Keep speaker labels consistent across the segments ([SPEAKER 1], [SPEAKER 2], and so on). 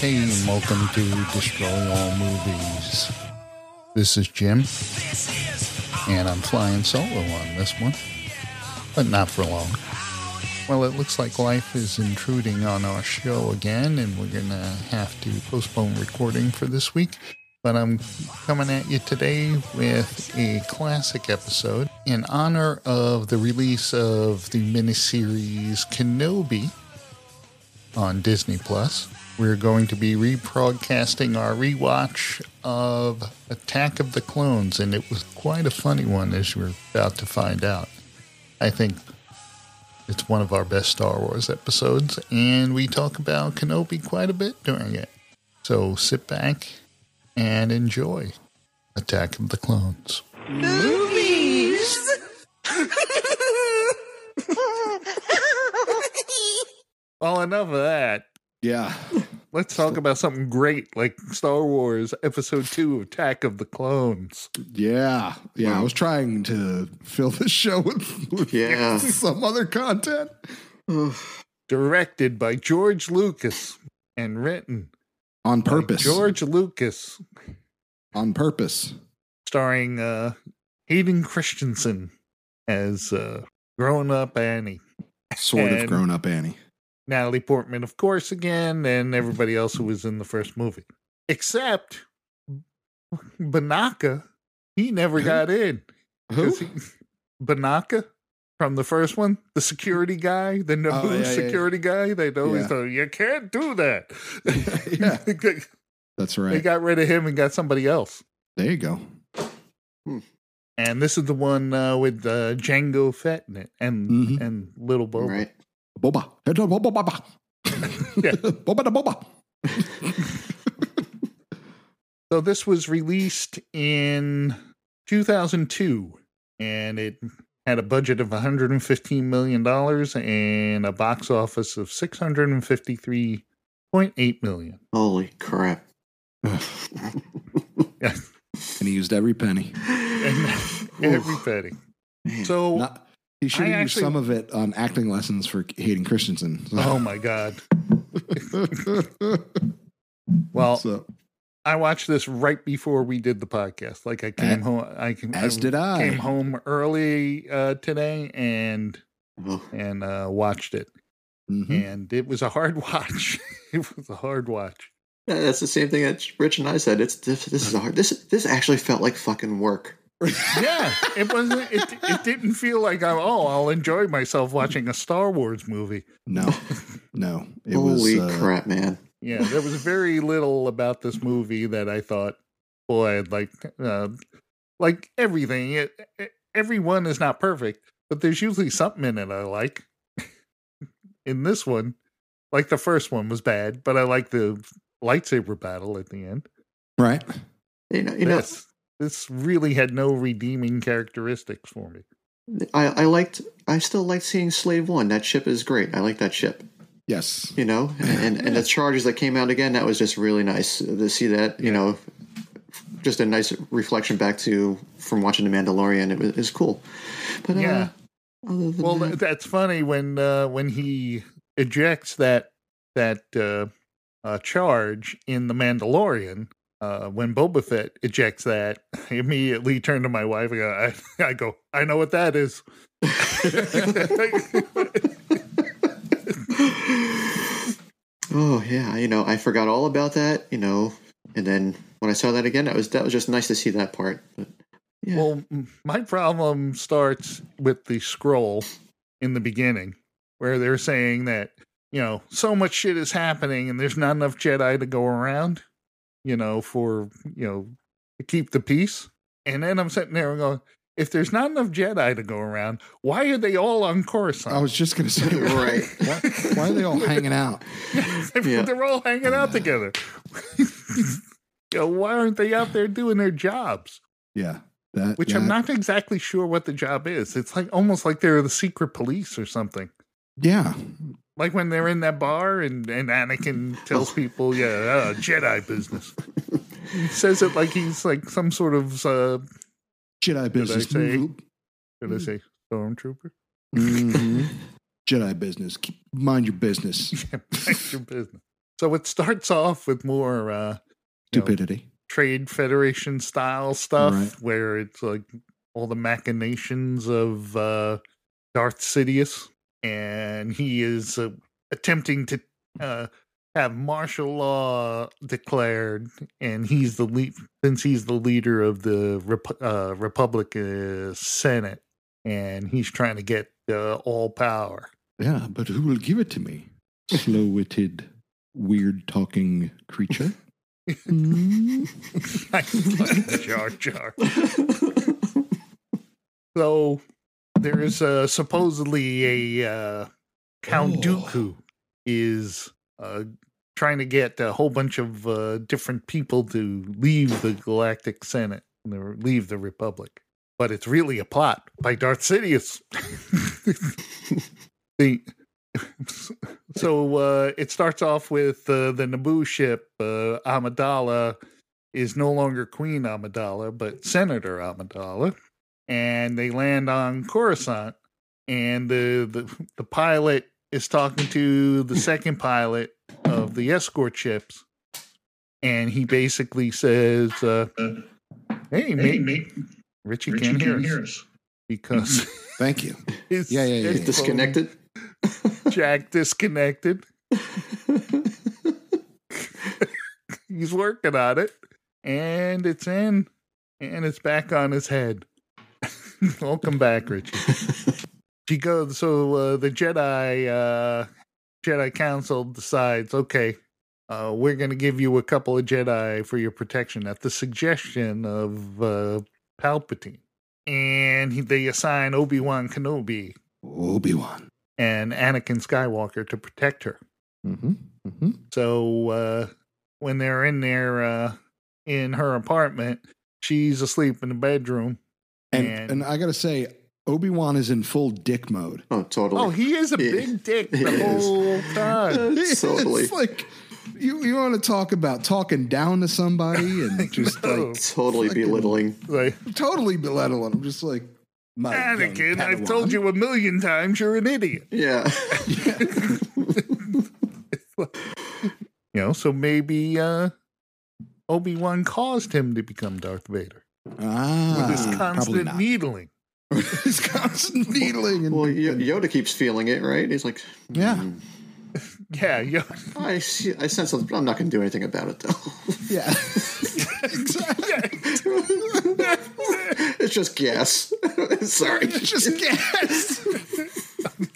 [SPEAKER 1] Hey, and welcome to Destroy All Movies. This is Jim, and I'm flying solo on this one, but not for long. Well, it looks like life is intruding on our show again, and we're going to have to postpone recording for this week. But I'm coming at you today with a classic episode in honor of the release of the miniseries Kenobi on Disney Plus. We're going to be rebroadcasting our rewatch of Attack of the Clones, and it was quite a funny one, as you're about to find out. I think it's one of our best Star Wars episodes, and we talk about Kenobi quite a bit during it. So sit back and enjoy Attack of the Clones.
[SPEAKER 2] Movies!
[SPEAKER 1] Well, enough of that.
[SPEAKER 3] Yeah.
[SPEAKER 1] Let's talk about something great like Star Wars Episode 2 Attack of the Clones.
[SPEAKER 3] Yeah. Yeah. I was trying to fill this show with, with
[SPEAKER 2] Yeah.
[SPEAKER 3] some other content.
[SPEAKER 1] directed by George Lucas and written
[SPEAKER 3] On
[SPEAKER 1] by
[SPEAKER 3] purpose.
[SPEAKER 1] George Lucas,
[SPEAKER 3] On purpose.
[SPEAKER 1] starring uh, Hayden Christensen as uh, grown up Annie,
[SPEAKER 3] Sort
[SPEAKER 1] And-
[SPEAKER 3] of grown up Annie.
[SPEAKER 1] Natalie Portman, of course, again, and everybody else who was in the first movie, except Banaka. He never
[SPEAKER 3] Who?
[SPEAKER 1] got in.
[SPEAKER 3] Who?
[SPEAKER 1] 'Cause he- Banaka from the first one, the security guy, the no
[SPEAKER 3] Oh, yeah, yeah, yeah.
[SPEAKER 1] security guy. They'd always
[SPEAKER 3] Yeah.
[SPEAKER 1] go, "You can't do that."
[SPEAKER 3] yeah. That's right.
[SPEAKER 1] They got rid of him and got somebody else.
[SPEAKER 3] there you go.
[SPEAKER 1] And this is the one uh, with uh, Django Fett in it and
[SPEAKER 3] Mhm.
[SPEAKER 1] and Little Bo.
[SPEAKER 2] Right.
[SPEAKER 3] Boba. Head to Boba Boba.
[SPEAKER 1] Yeah.
[SPEAKER 3] Boba da Boba.
[SPEAKER 1] So this was released in 2002, and it had a budget of 115 million dollars and a box office of 653.8 million.
[SPEAKER 2] Holy crap.
[SPEAKER 3] And he used every penny.
[SPEAKER 1] Every penny.
[SPEAKER 2] Man.
[SPEAKER 1] So,
[SPEAKER 3] Not, he should
[SPEAKER 1] I
[SPEAKER 3] have used
[SPEAKER 1] actually-
[SPEAKER 3] some of it on acting lessons for Hayden Christensen.
[SPEAKER 1] oh my God. Well,
[SPEAKER 3] so,
[SPEAKER 1] I watched this right before we did the podcast. Like I came
[SPEAKER 3] A-
[SPEAKER 1] home. I came.
[SPEAKER 3] as did I.
[SPEAKER 1] Came home early uh, today and
[SPEAKER 2] Oh,
[SPEAKER 1] and uh, watched it.
[SPEAKER 3] Mhm.
[SPEAKER 1] And it was a hard watch. it was a hard watch.
[SPEAKER 2] yeah, that's the same thing that Rich and I said. It's this, this is hard. This this actually felt like fucking work.
[SPEAKER 1] Yeah, it wasn't. It, it didn't feel like I, oh, I'll enjoy myself watching a Star Wars movie.
[SPEAKER 3] No, no. It
[SPEAKER 2] Holy
[SPEAKER 3] was, uh,
[SPEAKER 2] crap, man.
[SPEAKER 1] Yeah, there was very little about this movie that I thought, boy, I'd like, uh, like everything. It, it, everyone is not perfect, but there's usually something in it I like. in this one, like the first one was bad, but I like the lightsaber battle at the end.
[SPEAKER 3] Right.
[SPEAKER 2] You know, you know
[SPEAKER 1] this, this really had no redeeming characteristics for me.
[SPEAKER 2] I, I liked I still liked seeing Slave One. That ship is great. I like that ship.
[SPEAKER 3] Yes.
[SPEAKER 2] You know? And and, and the charges that came out again, that was just really nice to see that, you know, just a nice reflection back to from watching The Mandalorian. It was, it was cool. But
[SPEAKER 1] Yeah.
[SPEAKER 2] uh, other than
[SPEAKER 1] Well,
[SPEAKER 2] that,
[SPEAKER 1] th- that's funny when uh, when he ejects that that uh, uh, charge in the Mandalorian. Uh, when Boba Fett ejects that, I immediately turn to my wife. And go, I, I go, I know what that is.
[SPEAKER 2] Oh yeah, you know, I forgot all about that, you know, and then when I saw that again, that was that was just nice to see that part. But yeah,
[SPEAKER 1] well, m- my problem starts with the scroll in the beginning, where they're saying that you know so much shit is happening, and there's not enough Jedi to go around. You know, for you know to keep the peace. And then I'm sitting there and going, if there's not enough Jedi to go around, why are they all on Coruscant?
[SPEAKER 3] I was just going to say,
[SPEAKER 2] right.
[SPEAKER 3] why, why are they all hanging out?
[SPEAKER 2] Yeah.
[SPEAKER 1] They're all hanging out together. you know, why aren't they out there doing their jobs?
[SPEAKER 3] Yeah. That,
[SPEAKER 1] which I'm
[SPEAKER 3] that-
[SPEAKER 1] not exactly sure what the job is. It's like almost like they're the secret police or something.
[SPEAKER 3] Yeah.
[SPEAKER 1] Like when they're in that bar and, and Anakin tells people, yeah, uh, Jedi business. he says it like he's like some sort of, uh,
[SPEAKER 3] Jedi business.
[SPEAKER 1] say? should I say, stormtrooper?
[SPEAKER 3] Mm-hmm. Mhm. Jedi business. Keep, mind your business.
[SPEAKER 1] Mind your business. So it starts off with more uh, you know,
[SPEAKER 3] Stupidity.
[SPEAKER 1] trade federation style stuff
[SPEAKER 3] Right.
[SPEAKER 1] where it's like all the machinations of uh, Darth Sidious, and he is uh, attempting to uh, have martial law declared, and he's the lead since he's the leader of the Rep- uh, Republic uh, Senate, and he's trying to get uh, all power.
[SPEAKER 3] Yeah, but who will give it to me? Slow witted, weird talking creature. Mm-hmm.
[SPEAKER 1] Jar Jar. So there is uh, supposedly a uh, Count
[SPEAKER 3] Oh.
[SPEAKER 1] Dooku is uh, trying to get a whole bunch of uh, different people to leave the Galactic Senate, and leave the Republic. But it's really a plot by Darth Sidious. the, so uh, it starts off with uh, the Naboo ship, uh, Amidala is no longer Queen Amidala, but Senator Amidala and they land on Coruscant, and the the, the pilot is talking to the second pilot of the escort ships, and he basically says, uh, "Hey, mate, Richie, can't, hear, us because
[SPEAKER 3] Thank you.
[SPEAKER 1] his
[SPEAKER 3] Yeah, yeah, yeah, yeah.
[SPEAKER 1] headphone
[SPEAKER 2] Disconnected.
[SPEAKER 1] Jack disconnected. He's working on it, and it's in, and it's back on his head. Welcome back, Richie." she goes so uh, the jedi uh jedi council decides okay uh we're gonna give you a couple of jedi for your protection at the suggestion of uh palpatine and he, they assign obi-wan kenobi
[SPEAKER 3] Obi Wan.
[SPEAKER 1] and anakin skywalker to protect her
[SPEAKER 3] Mm-hmm. Mm-hmm.
[SPEAKER 1] so uh, when they're in there uh, in her apartment she's asleep in the bedroom
[SPEAKER 3] And,
[SPEAKER 1] And-
[SPEAKER 3] and I gotta say, Obi Wan is in full dick mode.
[SPEAKER 2] oh, totally.
[SPEAKER 1] oh he is a
[SPEAKER 2] Yeah.
[SPEAKER 1] big dick the
[SPEAKER 2] He is.
[SPEAKER 1] whole time
[SPEAKER 2] totally.
[SPEAKER 3] It's like you you want to talk about talking down to somebody and just
[SPEAKER 1] know.
[SPEAKER 3] like
[SPEAKER 2] totally
[SPEAKER 3] fucking-
[SPEAKER 2] belittling.
[SPEAKER 1] like
[SPEAKER 3] totally belittling. I'm just like my young
[SPEAKER 1] Anakin, I've
[SPEAKER 3] Padawan.
[SPEAKER 1] told you a million times you're an idiot.
[SPEAKER 2] Yeah.
[SPEAKER 1] You know, so maybe uh Obi Wan caused him to become Darth Vader
[SPEAKER 3] Ah,
[SPEAKER 1] with his
[SPEAKER 3] probably
[SPEAKER 1] constant
[SPEAKER 3] not.
[SPEAKER 1] needling.
[SPEAKER 3] It's constant needling. And,
[SPEAKER 2] well, Yo- Yoda keeps feeling it, right? He's like,
[SPEAKER 3] yeah,
[SPEAKER 1] Yeah, yeah.
[SPEAKER 2] I see. I sense something, but I'm not going to do anything about it, though.
[SPEAKER 3] yeah, exactly.
[SPEAKER 2] it's just gas. Sorry.
[SPEAKER 3] It's just gas.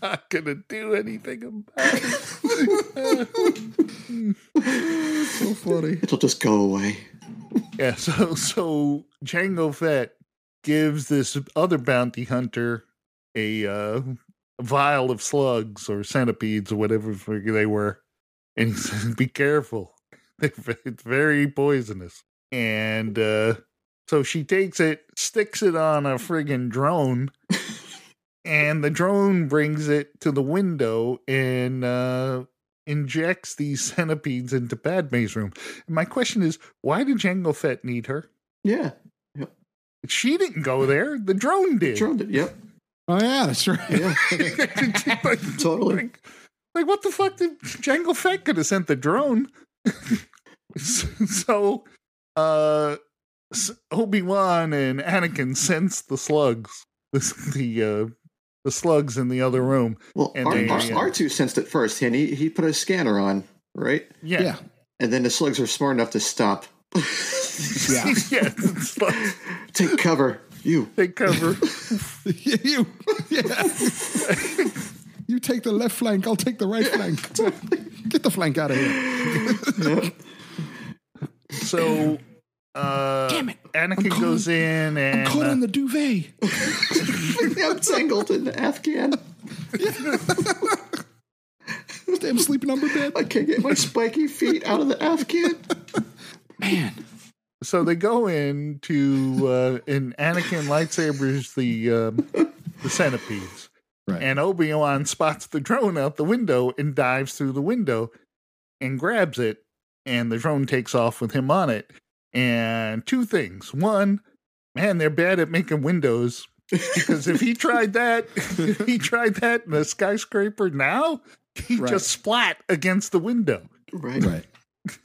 [SPEAKER 1] Not gonna do anything about it.
[SPEAKER 3] so funny.
[SPEAKER 2] It'll just go away.
[SPEAKER 1] Yeah, so so Jango Fett gives this other bounty hunter a uh vial of slugs or centipedes or whatever they were, and he says, "Be careful, it's very poisonous." And uh so she takes it, sticks it on a friggin' drone, and the drone brings it to the window and uh injects these centipedes into Padme's room. My question is, why did Jango Fett need her?
[SPEAKER 2] Yeah.
[SPEAKER 1] She didn't
[SPEAKER 3] Hmm.
[SPEAKER 1] go there. The drone did.
[SPEAKER 2] Drowned it. Yep.
[SPEAKER 3] Oh yeah, that's right.
[SPEAKER 2] Yeah.
[SPEAKER 1] like,
[SPEAKER 2] Totally.
[SPEAKER 1] Like, like, what the fuck did Jango Fett could have sent the drone? so, uh, Obi Wan and Anakin sense the slugs, the the, uh, the slugs in the other room.
[SPEAKER 2] Well,
[SPEAKER 1] And
[SPEAKER 2] R-
[SPEAKER 1] they,
[SPEAKER 2] R-
[SPEAKER 1] uh,
[SPEAKER 2] R2 sensed it first, and he, he put a scanner on, right?
[SPEAKER 1] Yeah, yeah.
[SPEAKER 2] And then the slugs were smart enough to stop.
[SPEAKER 3] yeah.
[SPEAKER 1] the slugs
[SPEAKER 2] Take cover. You.
[SPEAKER 1] take cover.
[SPEAKER 3] Yeah, you, yeah. you take the left flank. I'll take the right flank. Get the flank out of here.
[SPEAKER 1] So, uh,
[SPEAKER 3] Damn it.
[SPEAKER 1] Anakin
[SPEAKER 3] calling-
[SPEAKER 1] goes in and
[SPEAKER 3] Caught
[SPEAKER 1] uh,
[SPEAKER 3] in the duvet.
[SPEAKER 2] I'm tangled in the Afghan.
[SPEAKER 3] Damn sleeping on my bed.
[SPEAKER 2] I can't get my spiky feet out of the Afghan.
[SPEAKER 3] Man,
[SPEAKER 1] so they go in to uh, and Anakin lightsabers the um, the centipedes,
[SPEAKER 3] Right.
[SPEAKER 1] and Obi Wan spots the drone out the window and dives through the window and grabs it, and the drone takes off with him on it. And two things: one, man, they're bad at making windows because if he tried that, if he tried that in a skyscraper now, he
[SPEAKER 3] Right.
[SPEAKER 1] just splat against the window.
[SPEAKER 2] right?
[SPEAKER 3] Right.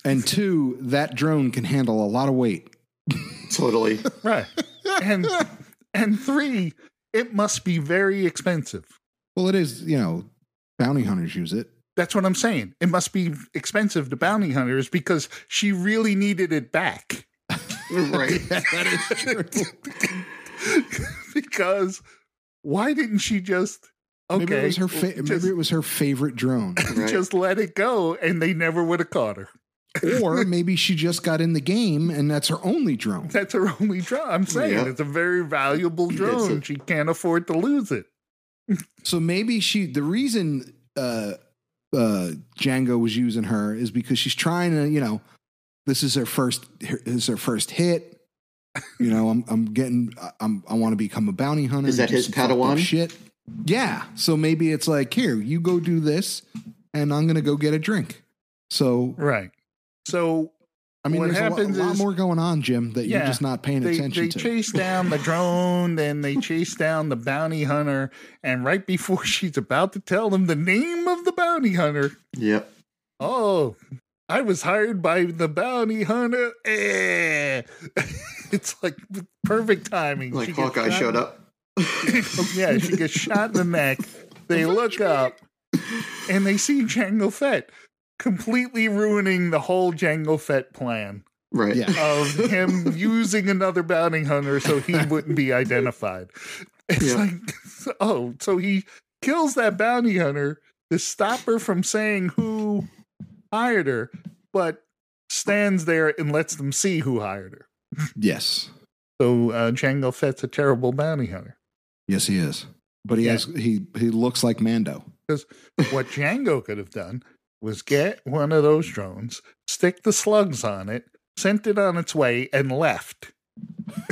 [SPEAKER 3] And two, that drone can handle a lot of weight.
[SPEAKER 2] Totally.
[SPEAKER 1] Right. And and three, it must be very expensive.
[SPEAKER 3] Well, it is, you know, bounty hunters use it.
[SPEAKER 1] That's what I'm saying. It must be expensive to bounty hunters because she really needed it back.
[SPEAKER 2] right.
[SPEAKER 1] because why didn't she just okay?
[SPEAKER 3] Maybe it was her fa-
[SPEAKER 1] just-
[SPEAKER 3] maybe it was her favorite drone.
[SPEAKER 2] Right.
[SPEAKER 1] just let it go and they never would have caught her.
[SPEAKER 3] or maybe she just got in the game and that's her only drone.
[SPEAKER 1] That's her only drone. I'm saying
[SPEAKER 2] Yeah.
[SPEAKER 1] it's a very valuable drone.
[SPEAKER 2] a-
[SPEAKER 1] she can't afford to lose it.
[SPEAKER 3] So maybe she the reason uh uh Django was using her is because she's trying to, you know, this is her first this is her first hit. You know, I'm I'm getting I- I'm I want to become a bounty hunter.
[SPEAKER 2] Is that
[SPEAKER 3] do
[SPEAKER 2] his
[SPEAKER 3] some fucked up
[SPEAKER 2] Padawan?
[SPEAKER 3] Shit. Yeah. So maybe it's like, here, you go do this and I'm going to go get a drink. So
[SPEAKER 1] Right. So
[SPEAKER 3] I mean,
[SPEAKER 1] What
[SPEAKER 3] there's a lo-
[SPEAKER 1] happens
[SPEAKER 3] a lot,
[SPEAKER 1] is-
[SPEAKER 3] more going on, Jim, that you're
[SPEAKER 1] Yeah,
[SPEAKER 3] just not paying
[SPEAKER 1] they,
[SPEAKER 3] attention
[SPEAKER 1] they
[SPEAKER 3] to.
[SPEAKER 1] chase down the drone, then they chase down the bounty hunter, and right before she's about to tell them the name of the bounty hunter,
[SPEAKER 2] Yep.
[SPEAKER 1] oh, I was hired by the bounty hunter. Eh. it's like perfect timing.
[SPEAKER 2] Like
[SPEAKER 1] She gets
[SPEAKER 2] Hawkeye
[SPEAKER 1] shot- Oh,
[SPEAKER 2] showed up.
[SPEAKER 1] yeah, she gets shot in the neck. They look up and they see Jango Fett, completely ruining the whole Jango Fett plan
[SPEAKER 2] Right.
[SPEAKER 3] Yeah.
[SPEAKER 1] of him using another bounty hunter so he wouldn't be identified. It's
[SPEAKER 2] Yeah.
[SPEAKER 1] like, oh, so he kills that bounty hunter to stop her from saying who hired her, but stands there and lets them see who hired her.
[SPEAKER 3] Yes.
[SPEAKER 1] So uh, Jango Fett's a terrible bounty hunter.
[SPEAKER 3] Yes, he is. But he
[SPEAKER 1] Yeah.
[SPEAKER 3] has he he looks like Mando.
[SPEAKER 1] What Django could have done was get one of those drones, stick the slugs on it, sent it on its way, and left.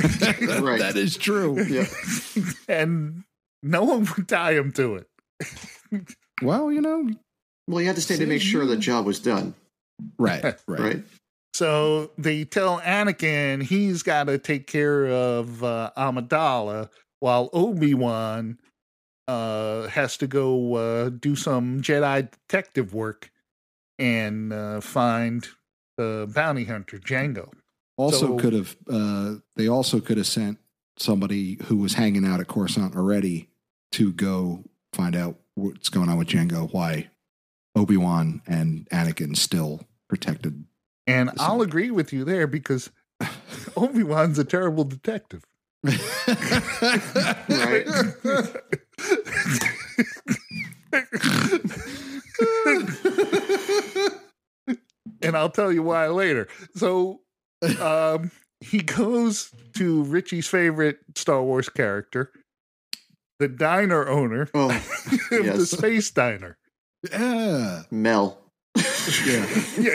[SPEAKER 2] Right.
[SPEAKER 3] That is true.
[SPEAKER 2] Yeah.
[SPEAKER 1] and no one would tie him to it.
[SPEAKER 3] Well, you know,
[SPEAKER 2] Well, you had to stay to make sure the job was done,
[SPEAKER 3] right, right.
[SPEAKER 2] right?
[SPEAKER 1] So they tell Anakin he's got to take care of uh, Amidala while Obi Wan uh, has to go uh, do some Jedi detective work and uh, find the bounty hunter Django.
[SPEAKER 3] Also
[SPEAKER 1] So-
[SPEAKER 3] could have uh they also could have sent somebody who was hanging out at Coruscant already to go find out what's going on with Django, why Obi-Wan and Anakin still protected.
[SPEAKER 1] And
[SPEAKER 3] Listen.
[SPEAKER 1] I'll agree with you there because Obi Wan's a terrible detective.
[SPEAKER 2] Right.
[SPEAKER 1] and I'll tell you why later. So um, he goes to Richie's favorite Star Wars character, the diner owner
[SPEAKER 2] Oh,
[SPEAKER 1] of the
[SPEAKER 2] yes.
[SPEAKER 1] space diner. Uh,
[SPEAKER 3] yeah.
[SPEAKER 2] Mel.
[SPEAKER 3] Yeah.
[SPEAKER 1] Yeah.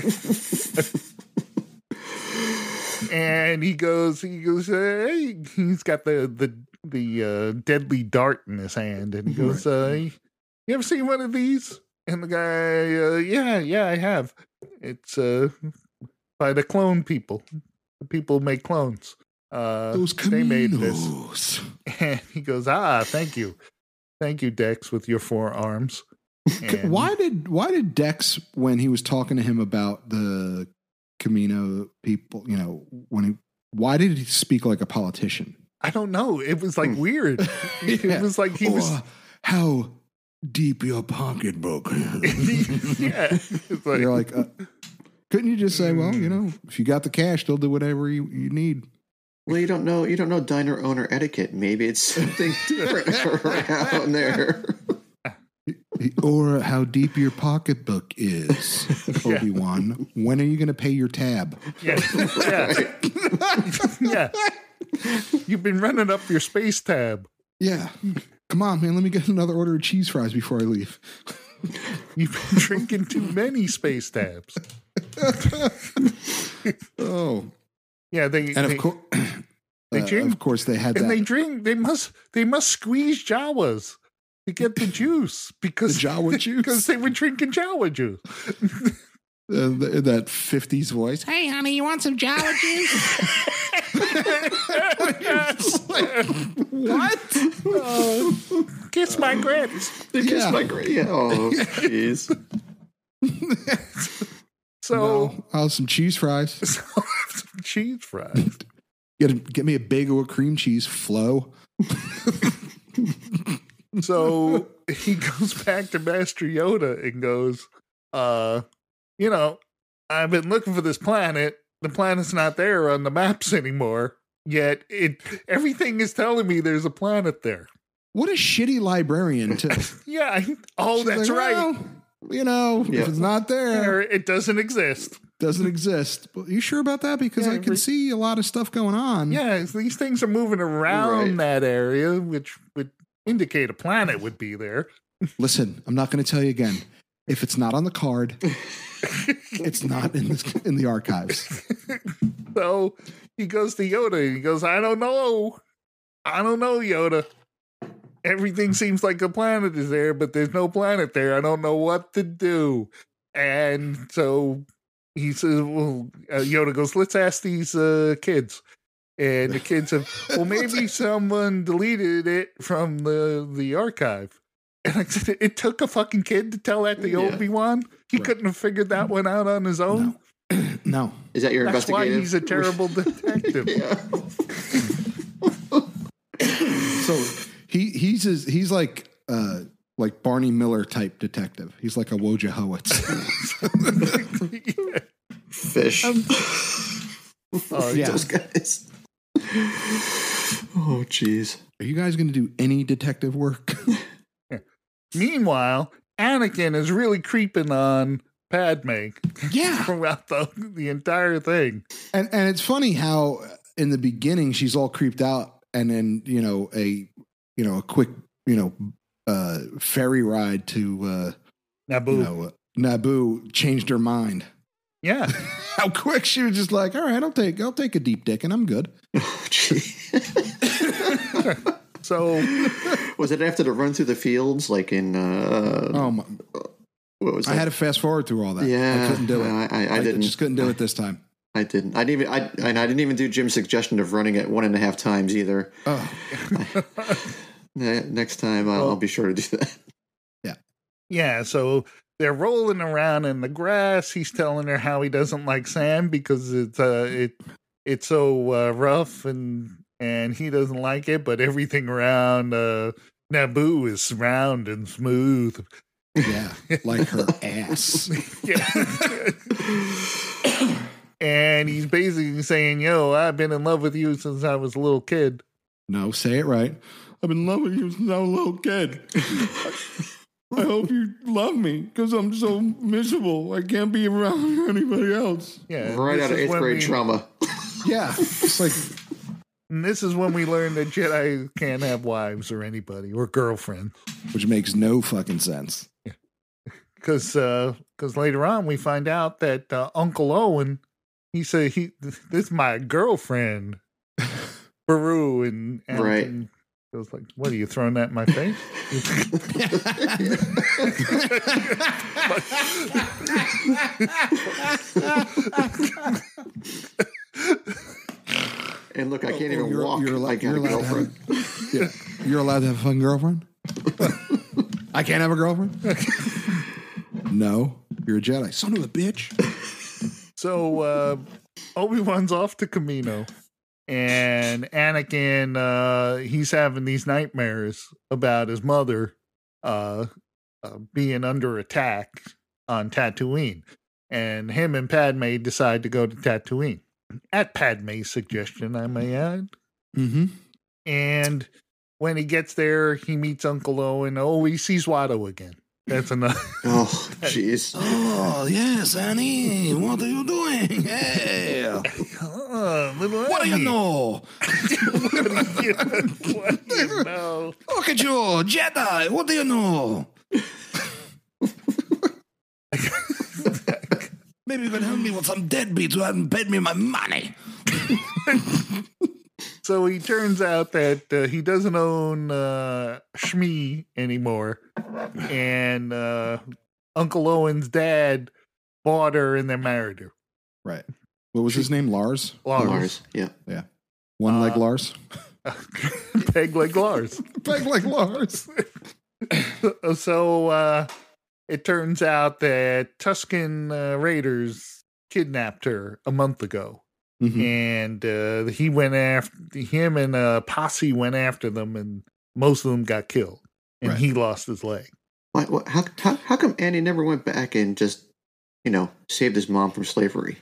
[SPEAKER 1] and he goes, he goes, uh, hey, he's got the the the uh, deadly dart in his hand, and he goes, uh, you ever seen one of these? And the guy, uh, yeah, yeah, I have. It's uh, by the clone people. The people who make clones. Uh,
[SPEAKER 3] Those
[SPEAKER 1] they made this.
[SPEAKER 3] Caminos.
[SPEAKER 1] and he goes, ah, thank you, thank you, Dex, with your forearms. And-
[SPEAKER 3] Why did why did Dex when he was talking to him about the Camino people, you know, when he why did he speak like a politician?
[SPEAKER 1] I don't know. It was like
[SPEAKER 2] Hmm.
[SPEAKER 1] weird. It was like he was.
[SPEAKER 3] Or how deep your pocketbook. is.
[SPEAKER 1] yeah. It's like,
[SPEAKER 3] You're like, uh, couldn't you just say, well, you know, if you got the cash, they'll do whatever you, you need.
[SPEAKER 2] Well, you don't know. You don't know diner owner etiquette. Maybe it's something different around there.
[SPEAKER 3] Or how deep your pocketbook is,
[SPEAKER 1] Yeah.
[SPEAKER 3] Obi Wan. When are you going to pay your tab?
[SPEAKER 1] yeah, yeah, yeah. You've been running up your space tab.
[SPEAKER 3] Yeah. Come on, man. Let me get another order of cheese fries before I leave.
[SPEAKER 1] You've been drinking too many space tabs.
[SPEAKER 3] Oh,
[SPEAKER 1] Yeah, they
[SPEAKER 3] and
[SPEAKER 1] they,
[SPEAKER 3] of course,
[SPEAKER 1] they drink-
[SPEAKER 3] of course, they had
[SPEAKER 1] and
[SPEAKER 3] that.
[SPEAKER 1] they drink. They must they must squeeze Jawas to get the juice because
[SPEAKER 3] The Jawa juice.
[SPEAKER 1] because they were drinking Jawa juice.
[SPEAKER 3] uh, th- that 50s voice. Hey, honey, you want some Java juice? what?
[SPEAKER 1] Uh, Kiss my grits.
[SPEAKER 2] They kissed
[SPEAKER 3] Yeah.
[SPEAKER 2] my gra- yeah. Oh, jeez.
[SPEAKER 3] So
[SPEAKER 1] So,
[SPEAKER 3] no, I'll have some cheese fries.
[SPEAKER 1] so some cheese fries.
[SPEAKER 3] Get a, get me a bagel with cream cheese. Flow.
[SPEAKER 1] So he goes back to Master Yoda and goes, uh, you know, I've been looking for this planet. The planet's not there on the maps anymore. Yet it everything is telling me there's a planet there.
[SPEAKER 3] What a shitty librarian. To,
[SPEAKER 1] Yeah, I, oh,
[SPEAKER 3] She's
[SPEAKER 1] that's
[SPEAKER 3] like,
[SPEAKER 1] right.
[SPEAKER 3] "Well, you know,
[SPEAKER 2] Yeah.
[SPEAKER 3] if it's not there,
[SPEAKER 1] There, it doesn't exist.
[SPEAKER 3] doesn't exist. But you sure about that? Because
[SPEAKER 1] Yeah,
[SPEAKER 3] I can
[SPEAKER 1] re-
[SPEAKER 3] see a lot of stuff going on.
[SPEAKER 1] Yeah, it's- these things are moving around
[SPEAKER 2] Right.
[SPEAKER 1] that area, which would indicate a planet would be there.
[SPEAKER 3] Listen, I'm not going to tell you again. If it's not on the card, it's not in the, in the archives.
[SPEAKER 1] So he goes to Yoda and he goes, I don't know. I don't know, Yoda. Everything seems like a planet is there, but there's no planet there. I don't know what to do. And so he says, Well, uh, Yoda goes, Let's ask these uh, kids. And the kids have, Well, maybe someone deleted it from the, the archive. And I said, It took a fucking kid to tell that to
[SPEAKER 2] Yeah.
[SPEAKER 1] Obi Wan. He
[SPEAKER 3] Right.
[SPEAKER 1] couldn't have figured that one out on his own.
[SPEAKER 3] No. no.
[SPEAKER 2] Is that your
[SPEAKER 1] That's why
[SPEAKER 2] investigative?
[SPEAKER 1] he's a terrible detective.
[SPEAKER 3] So he he's his, he's like uh like Barney Miller type detective. He's like a Woja Howitz.
[SPEAKER 2] Fish.
[SPEAKER 1] Oh,
[SPEAKER 3] Um, Yeah.
[SPEAKER 2] Those guys. Oh, jeez.
[SPEAKER 3] Are you guys going to do any detective work?
[SPEAKER 1] Meanwhile, Anakin is really creeping on Padme
[SPEAKER 3] yeah.
[SPEAKER 1] throughout the, the entire thing.
[SPEAKER 3] And and it's funny how in the beginning she's all creeped out, and then you know a you know a quick you know uh, ferry ride to uh,
[SPEAKER 1] Naboo.
[SPEAKER 3] you know Naboo changed her mind.
[SPEAKER 1] Yeah.
[SPEAKER 3] How quick she was just like, all right, I'll take I'll take a deep dick and I'm good.
[SPEAKER 2] Oh, gee.
[SPEAKER 1] So
[SPEAKER 2] was it after the run through the fields, like in uh,
[SPEAKER 3] Oh my!
[SPEAKER 2] what was
[SPEAKER 3] I
[SPEAKER 2] that?
[SPEAKER 3] had to fast forward through all that.
[SPEAKER 2] yeah,
[SPEAKER 3] I couldn't do it.
[SPEAKER 2] no, I, I, I
[SPEAKER 3] I
[SPEAKER 2] didn't.
[SPEAKER 3] just couldn't do it this time.
[SPEAKER 2] I didn't. I didn't even. I and I didn't even do Jim's suggestion of running it one and a half times either.
[SPEAKER 3] Oh,
[SPEAKER 2] Ne- Next time, I'll, I'll be sure to do that.
[SPEAKER 1] yeah, so they're rolling around in the grass. He's telling her how he doesn't like sand because it's uh it it's so uh, rough and and he doesn't like it, but everything around uh Naboo is round and smooth.
[SPEAKER 3] yeah, like her ass.
[SPEAKER 1] Yeah. and he's basically saying, "Yo, I've been in love with you since I was a little kid."
[SPEAKER 3] No, say it right. I've been loving you since I was a little kid. I hope you love me because I'm so miserable. I can't be around anybody else.
[SPEAKER 1] Yeah,
[SPEAKER 2] right
[SPEAKER 1] this
[SPEAKER 2] out of
[SPEAKER 1] is
[SPEAKER 2] eighth
[SPEAKER 1] when
[SPEAKER 2] grade
[SPEAKER 1] we-
[SPEAKER 2] trauma.
[SPEAKER 3] Yeah, it's like
[SPEAKER 1] And this is when we learn that Jedi can't have wives or anybody or girlfriend,
[SPEAKER 3] which makes no fucking sense.
[SPEAKER 1] because because uh, later on we find out that uh, Uncle Owen, he said he this is my girlfriend, Baru, and
[SPEAKER 2] Right.
[SPEAKER 1] Anakin goes like, "What are you throwing that in my face?"
[SPEAKER 2] And look, I can't
[SPEAKER 3] Oh,
[SPEAKER 2] even
[SPEAKER 3] you're-
[SPEAKER 2] walk.
[SPEAKER 3] you're allo-
[SPEAKER 2] I got
[SPEAKER 3] you're
[SPEAKER 2] a
[SPEAKER 3] allowed to have
[SPEAKER 2] girlfriend.
[SPEAKER 3] Yeah, you're allowed to have a fucking girlfriend. I can't have a girlfriend. No, you're a Jedi, son of a bitch.
[SPEAKER 1] So uh, Obi Wan's off to Camino, and Anakin uh, he's having these nightmares about his mother uh, uh, being under attack on Tatooine, and him and Padme decide to go to Tatooine at Padme's suggestion, I may add.
[SPEAKER 3] Mm-hmm.
[SPEAKER 1] And when he gets there, he meets Uncle Owen. Oh, he sees Watto again. That's another.
[SPEAKER 2] Oh, jeez.
[SPEAKER 3] Oh yes, Annie, what are you doing? Hey,
[SPEAKER 1] Uh, little
[SPEAKER 3] what do you
[SPEAKER 1] Annie.
[SPEAKER 3] know?
[SPEAKER 1] What do you- what do you know?
[SPEAKER 3] Look at you, Jedi. What do you know? Maybe you can help me with some deadbeats who haven't paid me my money.
[SPEAKER 1] So he turns out that uh, he doesn't own uh, Shmi anymore, and uh, Uncle Owen's dad bought her and then married her.
[SPEAKER 3] Right. What was his name? Lars.
[SPEAKER 1] Lars,
[SPEAKER 2] Mars. Yeah.
[SPEAKER 3] One
[SPEAKER 1] Uh,
[SPEAKER 3] leg Lars.
[SPEAKER 1] peg leg Lars.
[SPEAKER 3] Peg leg Lars.
[SPEAKER 1] so uh, it turns out that Tuscan uh, Raiders kidnapped her a month ago,
[SPEAKER 3] Mhm.
[SPEAKER 1] and uh, he went after him and uh, posse went after them, and most of them got killed, and
[SPEAKER 3] Right.
[SPEAKER 1] he lost his leg.
[SPEAKER 2] Why, why, how, how, how come Andy never went back and just, you know, saved his mom from slavery?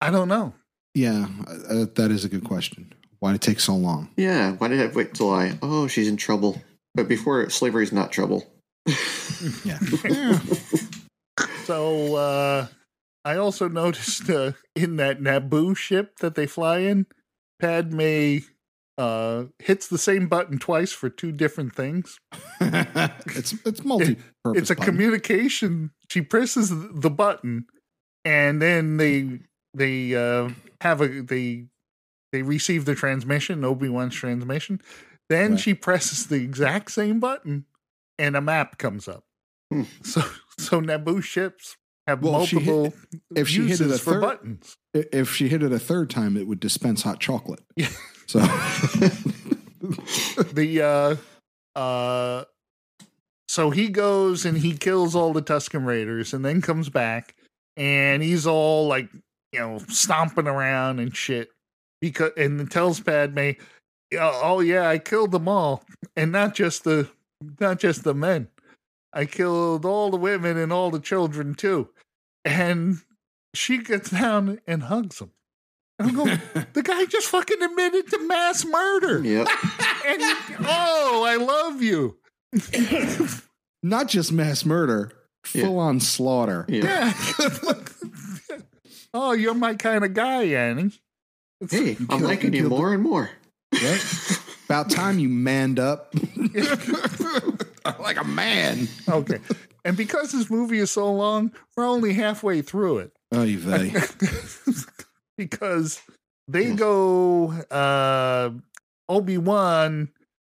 [SPEAKER 1] I don't know.
[SPEAKER 3] Yeah, uh, that is a good question. Why did it take so long?
[SPEAKER 2] Yeah, why did I wait till I? Oh, she's in trouble. But before slavery's not trouble.
[SPEAKER 3] Yeah.
[SPEAKER 1] So uh, I also noticed uh, in that Naboo ship that they fly in, Padme uh, hits the same button twice for two different things.
[SPEAKER 3] it's it's multi.
[SPEAKER 1] it's a communication. She presses the button, and then they they uh, have a they they receive the transmission, Obi Wan's transmission. Then
[SPEAKER 3] Right.
[SPEAKER 1] she presses the exact same button, and a map comes up.
[SPEAKER 2] Hmm.
[SPEAKER 1] So so Naboo ships have
[SPEAKER 3] Well, if she hit-
[SPEAKER 1] multiple
[SPEAKER 3] if she hit it
[SPEAKER 1] uses
[SPEAKER 3] a
[SPEAKER 1] for
[SPEAKER 3] third-
[SPEAKER 1] buttons.
[SPEAKER 3] If she hit it a third time, it would dispense hot chocolate.
[SPEAKER 1] Yeah.
[SPEAKER 3] So
[SPEAKER 1] The uh uh so he goes and he kills all the Tuscan Raiders and then comes back and he's all like, you know, stomping around and shit. Because and tells Padme, "Oh yeah, I killed them all, and not just the not just the men. I killed all the women and all the children too." And she gets down and hugs him. And I'm going, the guy just fucking admitted to mass murder.
[SPEAKER 2] yep.
[SPEAKER 1] And oh, I love you.
[SPEAKER 3] not just mass murder,
[SPEAKER 2] Yeah.
[SPEAKER 3] full on slaughter.
[SPEAKER 2] Yeah.
[SPEAKER 1] Yeah. oh, you're my kind of guy, Annie.
[SPEAKER 2] Hey, I'm
[SPEAKER 3] killed-
[SPEAKER 2] liking
[SPEAKER 3] you
[SPEAKER 2] you
[SPEAKER 3] killed
[SPEAKER 2] more and more.
[SPEAKER 3] Yep. About time you manned up. like a man.
[SPEAKER 1] Okay. And because this movie is so long, we're only halfway through it.
[SPEAKER 3] Oh, you vey.
[SPEAKER 1] because they go uh Obi-Wan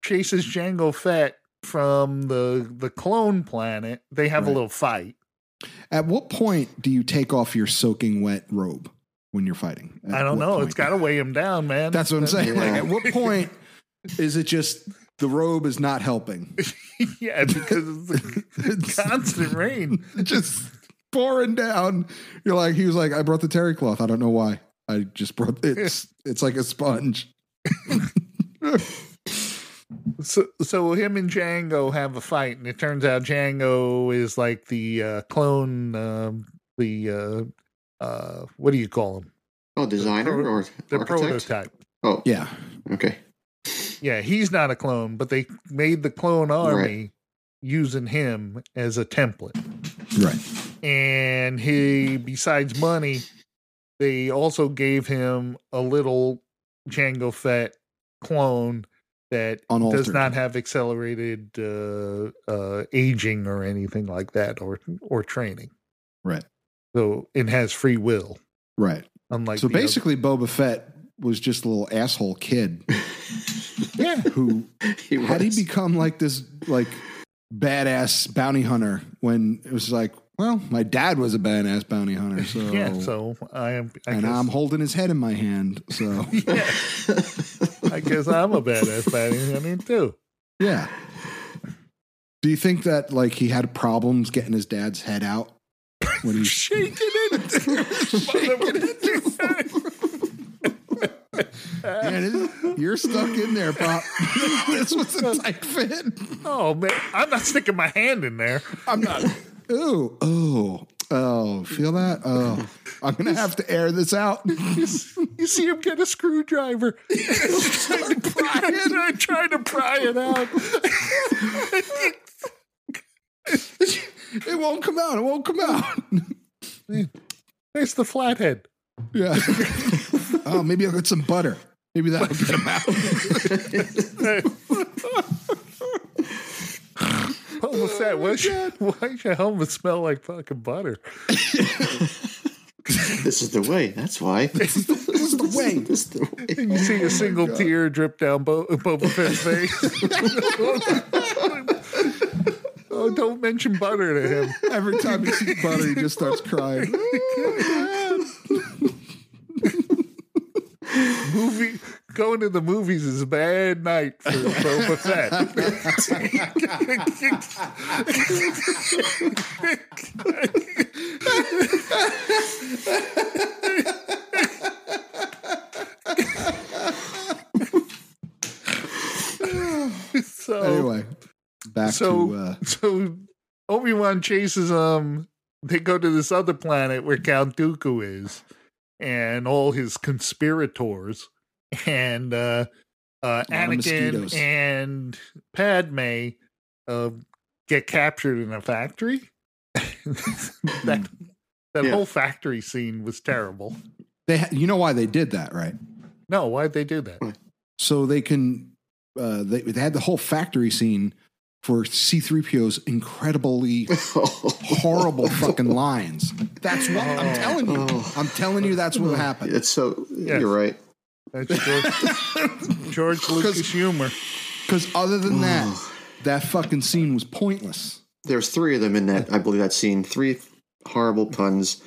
[SPEAKER 1] chases Jango Fett from the the clone planet. They have a
[SPEAKER 3] Right.
[SPEAKER 1] little fight.
[SPEAKER 3] At what point do you take off your soaking wet robe when you're fighting? At
[SPEAKER 1] I don't
[SPEAKER 3] what
[SPEAKER 1] know.
[SPEAKER 3] point?
[SPEAKER 1] It's got to weigh him down, man.
[SPEAKER 3] That's what I'm saying.
[SPEAKER 2] Yeah.
[SPEAKER 3] Like, at what point is it just the robe is not helping?
[SPEAKER 1] yeah, because it's
[SPEAKER 3] It's-
[SPEAKER 1] constant rain.
[SPEAKER 3] just pouring down. You're like, he was like, I brought the terry cloth. I don't know why. I just brought it's it's like a sponge.
[SPEAKER 1] So, so him and Django have a fight, and it turns out Django is like the uh, clone, um, the uh, uh, what do you call him?
[SPEAKER 2] Oh, designer
[SPEAKER 1] pro-
[SPEAKER 2] or
[SPEAKER 1] The
[SPEAKER 2] architect?
[SPEAKER 1] prototype.
[SPEAKER 2] Oh,
[SPEAKER 3] Yeah.
[SPEAKER 2] okay.
[SPEAKER 1] Yeah, he's not a clone, but they made the clone army using him as a template.
[SPEAKER 3] Right.
[SPEAKER 1] and he besides money they also gave him a little Django Fett clone that does
[SPEAKER 3] Unaltered.
[SPEAKER 1] not have accelerated uh, uh, aging or anything like that or or training
[SPEAKER 3] Right.
[SPEAKER 1] so it has free will
[SPEAKER 3] Right.
[SPEAKER 1] unlike
[SPEAKER 3] so
[SPEAKER 1] the other-
[SPEAKER 3] basically Boba Fett was just a little asshole kid
[SPEAKER 1] yeah
[SPEAKER 3] who
[SPEAKER 2] He
[SPEAKER 3] how
[SPEAKER 2] was.
[SPEAKER 3] did he become like this like badass bounty hunter when it was like, well, my dad was a badass bounty hunter. So
[SPEAKER 1] yeah so i am I
[SPEAKER 3] and
[SPEAKER 1] guess,
[SPEAKER 3] I'm holding his head in my hand. So
[SPEAKER 1] yeah, i guess i'm a badass batting i mean too
[SPEAKER 3] Yeah. Do you think that like he had problems getting his dad's head out when he
[SPEAKER 1] shaking it
[SPEAKER 3] Man, it- you're stuck in there, Pop. this was a tight fit.
[SPEAKER 1] Oh man, I'm not sticking my hand in there.
[SPEAKER 3] I'm not. Ooh, oh, oh, feel that? Oh, I'm gonna have to air this out.
[SPEAKER 1] You see him get a screwdriver. and I try to pry it out.
[SPEAKER 3] It won't come out. It won't come out.
[SPEAKER 1] There's the flathead.
[SPEAKER 3] yeah. Oh, maybe I'll get some butter. Maybe that'll get him out.
[SPEAKER 1] What was that? Why should, why should helmet smell like fucking butter?
[SPEAKER 2] this is the way. That's why. This is
[SPEAKER 3] the way.
[SPEAKER 2] This is the way.
[SPEAKER 1] And you see a single tear drip down Bo- uh, Boba Fett's face. oh, don't mention butter to him.
[SPEAKER 3] Every time he sees butter, he just starts crying.
[SPEAKER 1] movie going to the movies is a bad night for Boba Fett.
[SPEAKER 3] back
[SPEAKER 1] Oh. so
[SPEAKER 3] to uh,
[SPEAKER 1] so Obi Wan chases um. They go to this other planet where Count Dooku is, and all his conspirators, and uh, uh,
[SPEAKER 3] A lot of
[SPEAKER 1] Anakin
[SPEAKER 3] mosquitoes.
[SPEAKER 1] and Padme uh, get captured in a factory. that
[SPEAKER 3] hmm.
[SPEAKER 1] that
[SPEAKER 2] Yeah.
[SPEAKER 1] whole factory scene was terrible.
[SPEAKER 3] they. Ha- you know why they did that, right?
[SPEAKER 1] No, why'd they do that?
[SPEAKER 3] So they can. Uh, they, they had the whole factory scene for C-3PO's incredibly
[SPEAKER 2] Oh,
[SPEAKER 3] horrible fucking lines. That's what I'm telling you.
[SPEAKER 2] Oh.
[SPEAKER 3] I'm telling you. That's what happened.
[SPEAKER 2] It's so
[SPEAKER 1] Yes.
[SPEAKER 2] you're right.
[SPEAKER 1] That's George, George Lucas humor.
[SPEAKER 3] Because other
[SPEAKER 2] Oh.
[SPEAKER 3] than that, that fucking scene was pointless.
[SPEAKER 2] There's three of them in that. I believe that scene. Three horrible puns.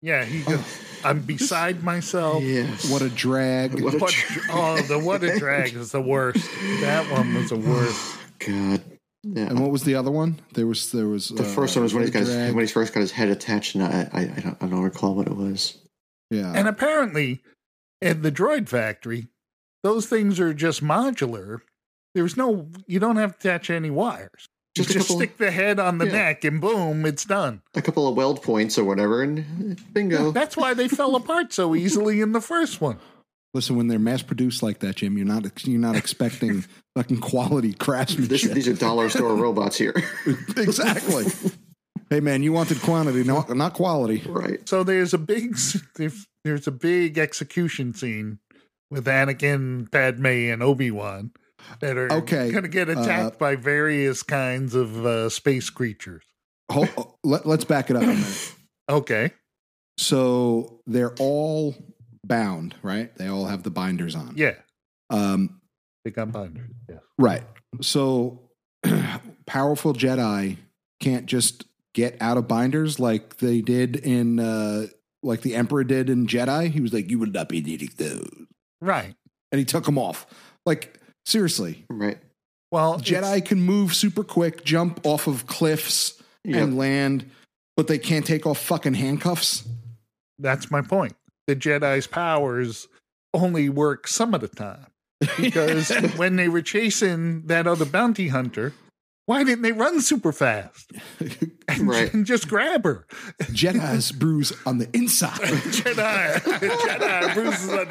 [SPEAKER 1] Yeah,
[SPEAKER 3] Oh.
[SPEAKER 1] he goes, I'm beside myself.
[SPEAKER 2] Yes.
[SPEAKER 3] What a drag.
[SPEAKER 2] What a
[SPEAKER 1] What,
[SPEAKER 2] drag.
[SPEAKER 1] oh, the what a drag is the worst. That one was the worst.
[SPEAKER 2] god. Yeah.
[SPEAKER 3] And what was the other one? There was there was
[SPEAKER 2] the
[SPEAKER 3] uh,
[SPEAKER 2] first one was when he's
[SPEAKER 3] what a
[SPEAKER 2] got his,
[SPEAKER 3] drag.
[SPEAKER 2] when he first got his head attached, and I I, I, don't, I don't recall what it was.
[SPEAKER 3] yeah.
[SPEAKER 1] And apparently, in the droid factory, those things are just modular. There's no, you don't have to attach any wires. You
[SPEAKER 2] Just a
[SPEAKER 1] just
[SPEAKER 2] couple-
[SPEAKER 1] stick the head on the
[SPEAKER 2] yeah.
[SPEAKER 1] neck and boom, it's done.
[SPEAKER 2] A couple of weld points or whatever, and bingo.
[SPEAKER 1] That's why they fell apart so easily in the first one.
[SPEAKER 3] Listen, when they're mass produced like that, Jim, you're not you're not expecting fucking quality
[SPEAKER 2] This,
[SPEAKER 3] craftsmanship.
[SPEAKER 2] these are dollar store robots here,
[SPEAKER 3] exactly. hey man, you wanted quantity, no, not quality.
[SPEAKER 2] right?
[SPEAKER 1] So there's a big s- there's, there's a big execution scene with Anakin, Padme, and Obi Wan that are
[SPEAKER 3] Okay, uh,
[SPEAKER 1] going to get attacked by various kinds of uh, space creatures.
[SPEAKER 3] Hold, oh, let, let's back it up a minute.
[SPEAKER 1] Okay,
[SPEAKER 3] So they're all bound, right? They all have the binders on.
[SPEAKER 1] yeah,
[SPEAKER 3] Um,
[SPEAKER 1] they got binders. Yeah,
[SPEAKER 3] Right. So powerful Jedi can't just get out of binders like they did in uh like the Emperor did in Jedi. He was like, You will not be needing those.
[SPEAKER 1] right.
[SPEAKER 3] And he took them off. Like, seriously.
[SPEAKER 2] Right.
[SPEAKER 1] Well, it's-
[SPEAKER 3] Jedi can move super quick, jump off of cliffs
[SPEAKER 2] Yeah.
[SPEAKER 3] and land, but they can't take off fucking handcuffs.
[SPEAKER 1] that's my point. The Jedi's powers only work some of the time because when they were chasing that other bounty hunter, why didn't they run super fast and,
[SPEAKER 2] Right.
[SPEAKER 1] and just grab her?
[SPEAKER 3] Jedi's bruise on the inside.
[SPEAKER 1] Jedi, Jedi bruises on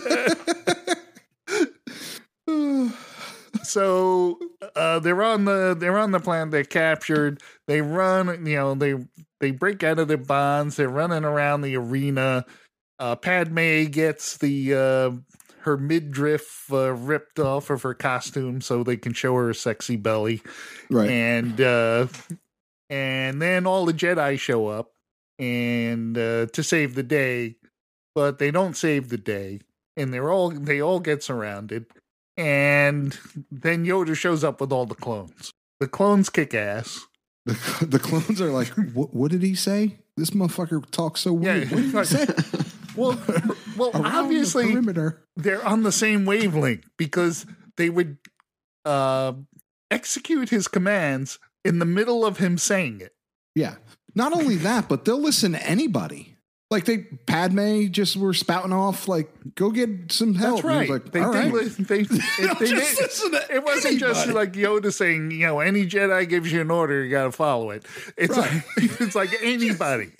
[SPEAKER 1] the inside. so uh, they're on the they're on the planet. They're captured. They run. You know they they break out of their bonds. They're running around the arena. Uh, Padme gets the uh, her midriff uh, ripped off of her costume so they can show her a sexy belly
[SPEAKER 3] Right.
[SPEAKER 1] and uh and then all the jedi show up and uh to save the day but they don't save the day and they're all they all get surrounded and then yoda shows up with all the clones the clones kick ass
[SPEAKER 3] The, the clones are like, what, what did he say? This motherfucker talks so weird.
[SPEAKER 1] Yeah.
[SPEAKER 3] What did he say?
[SPEAKER 1] well well
[SPEAKER 3] Around the
[SPEAKER 1] obviously
[SPEAKER 3] perimeter.
[SPEAKER 1] they're on the same wavelength because they would uh execute his commands in the middle of him saying it
[SPEAKER 3] Yeah. Not only that, but they'll listen to anybody. Like they Padme just were spouting off, like, go get some help.
[SPEAKER 1] That's
[SPEAKER 3] And Oh, he
[SPEAKER 1] right.
[SPEAKER 3] was
[SPEAKER 1] they
[SPEAKER 3] Like,
[SPEAKER 1] did.
[SPEAKER 3] all right.
[SPEAKER 1] li- They, it, they
[SPEAKER 3] Just
[SPEAKER 1] did.
[SPEAKER 3] listen to
[SPEAKER 1] It wasn't just
[SPEAKER 3] anybody.
[SPEAKER 1] like Yoda saying, you know, any Jedi gives you an order, you got to follow it. It's
[SPEAKER 3] Right.
[SPEAKER 1] like it's like anybody.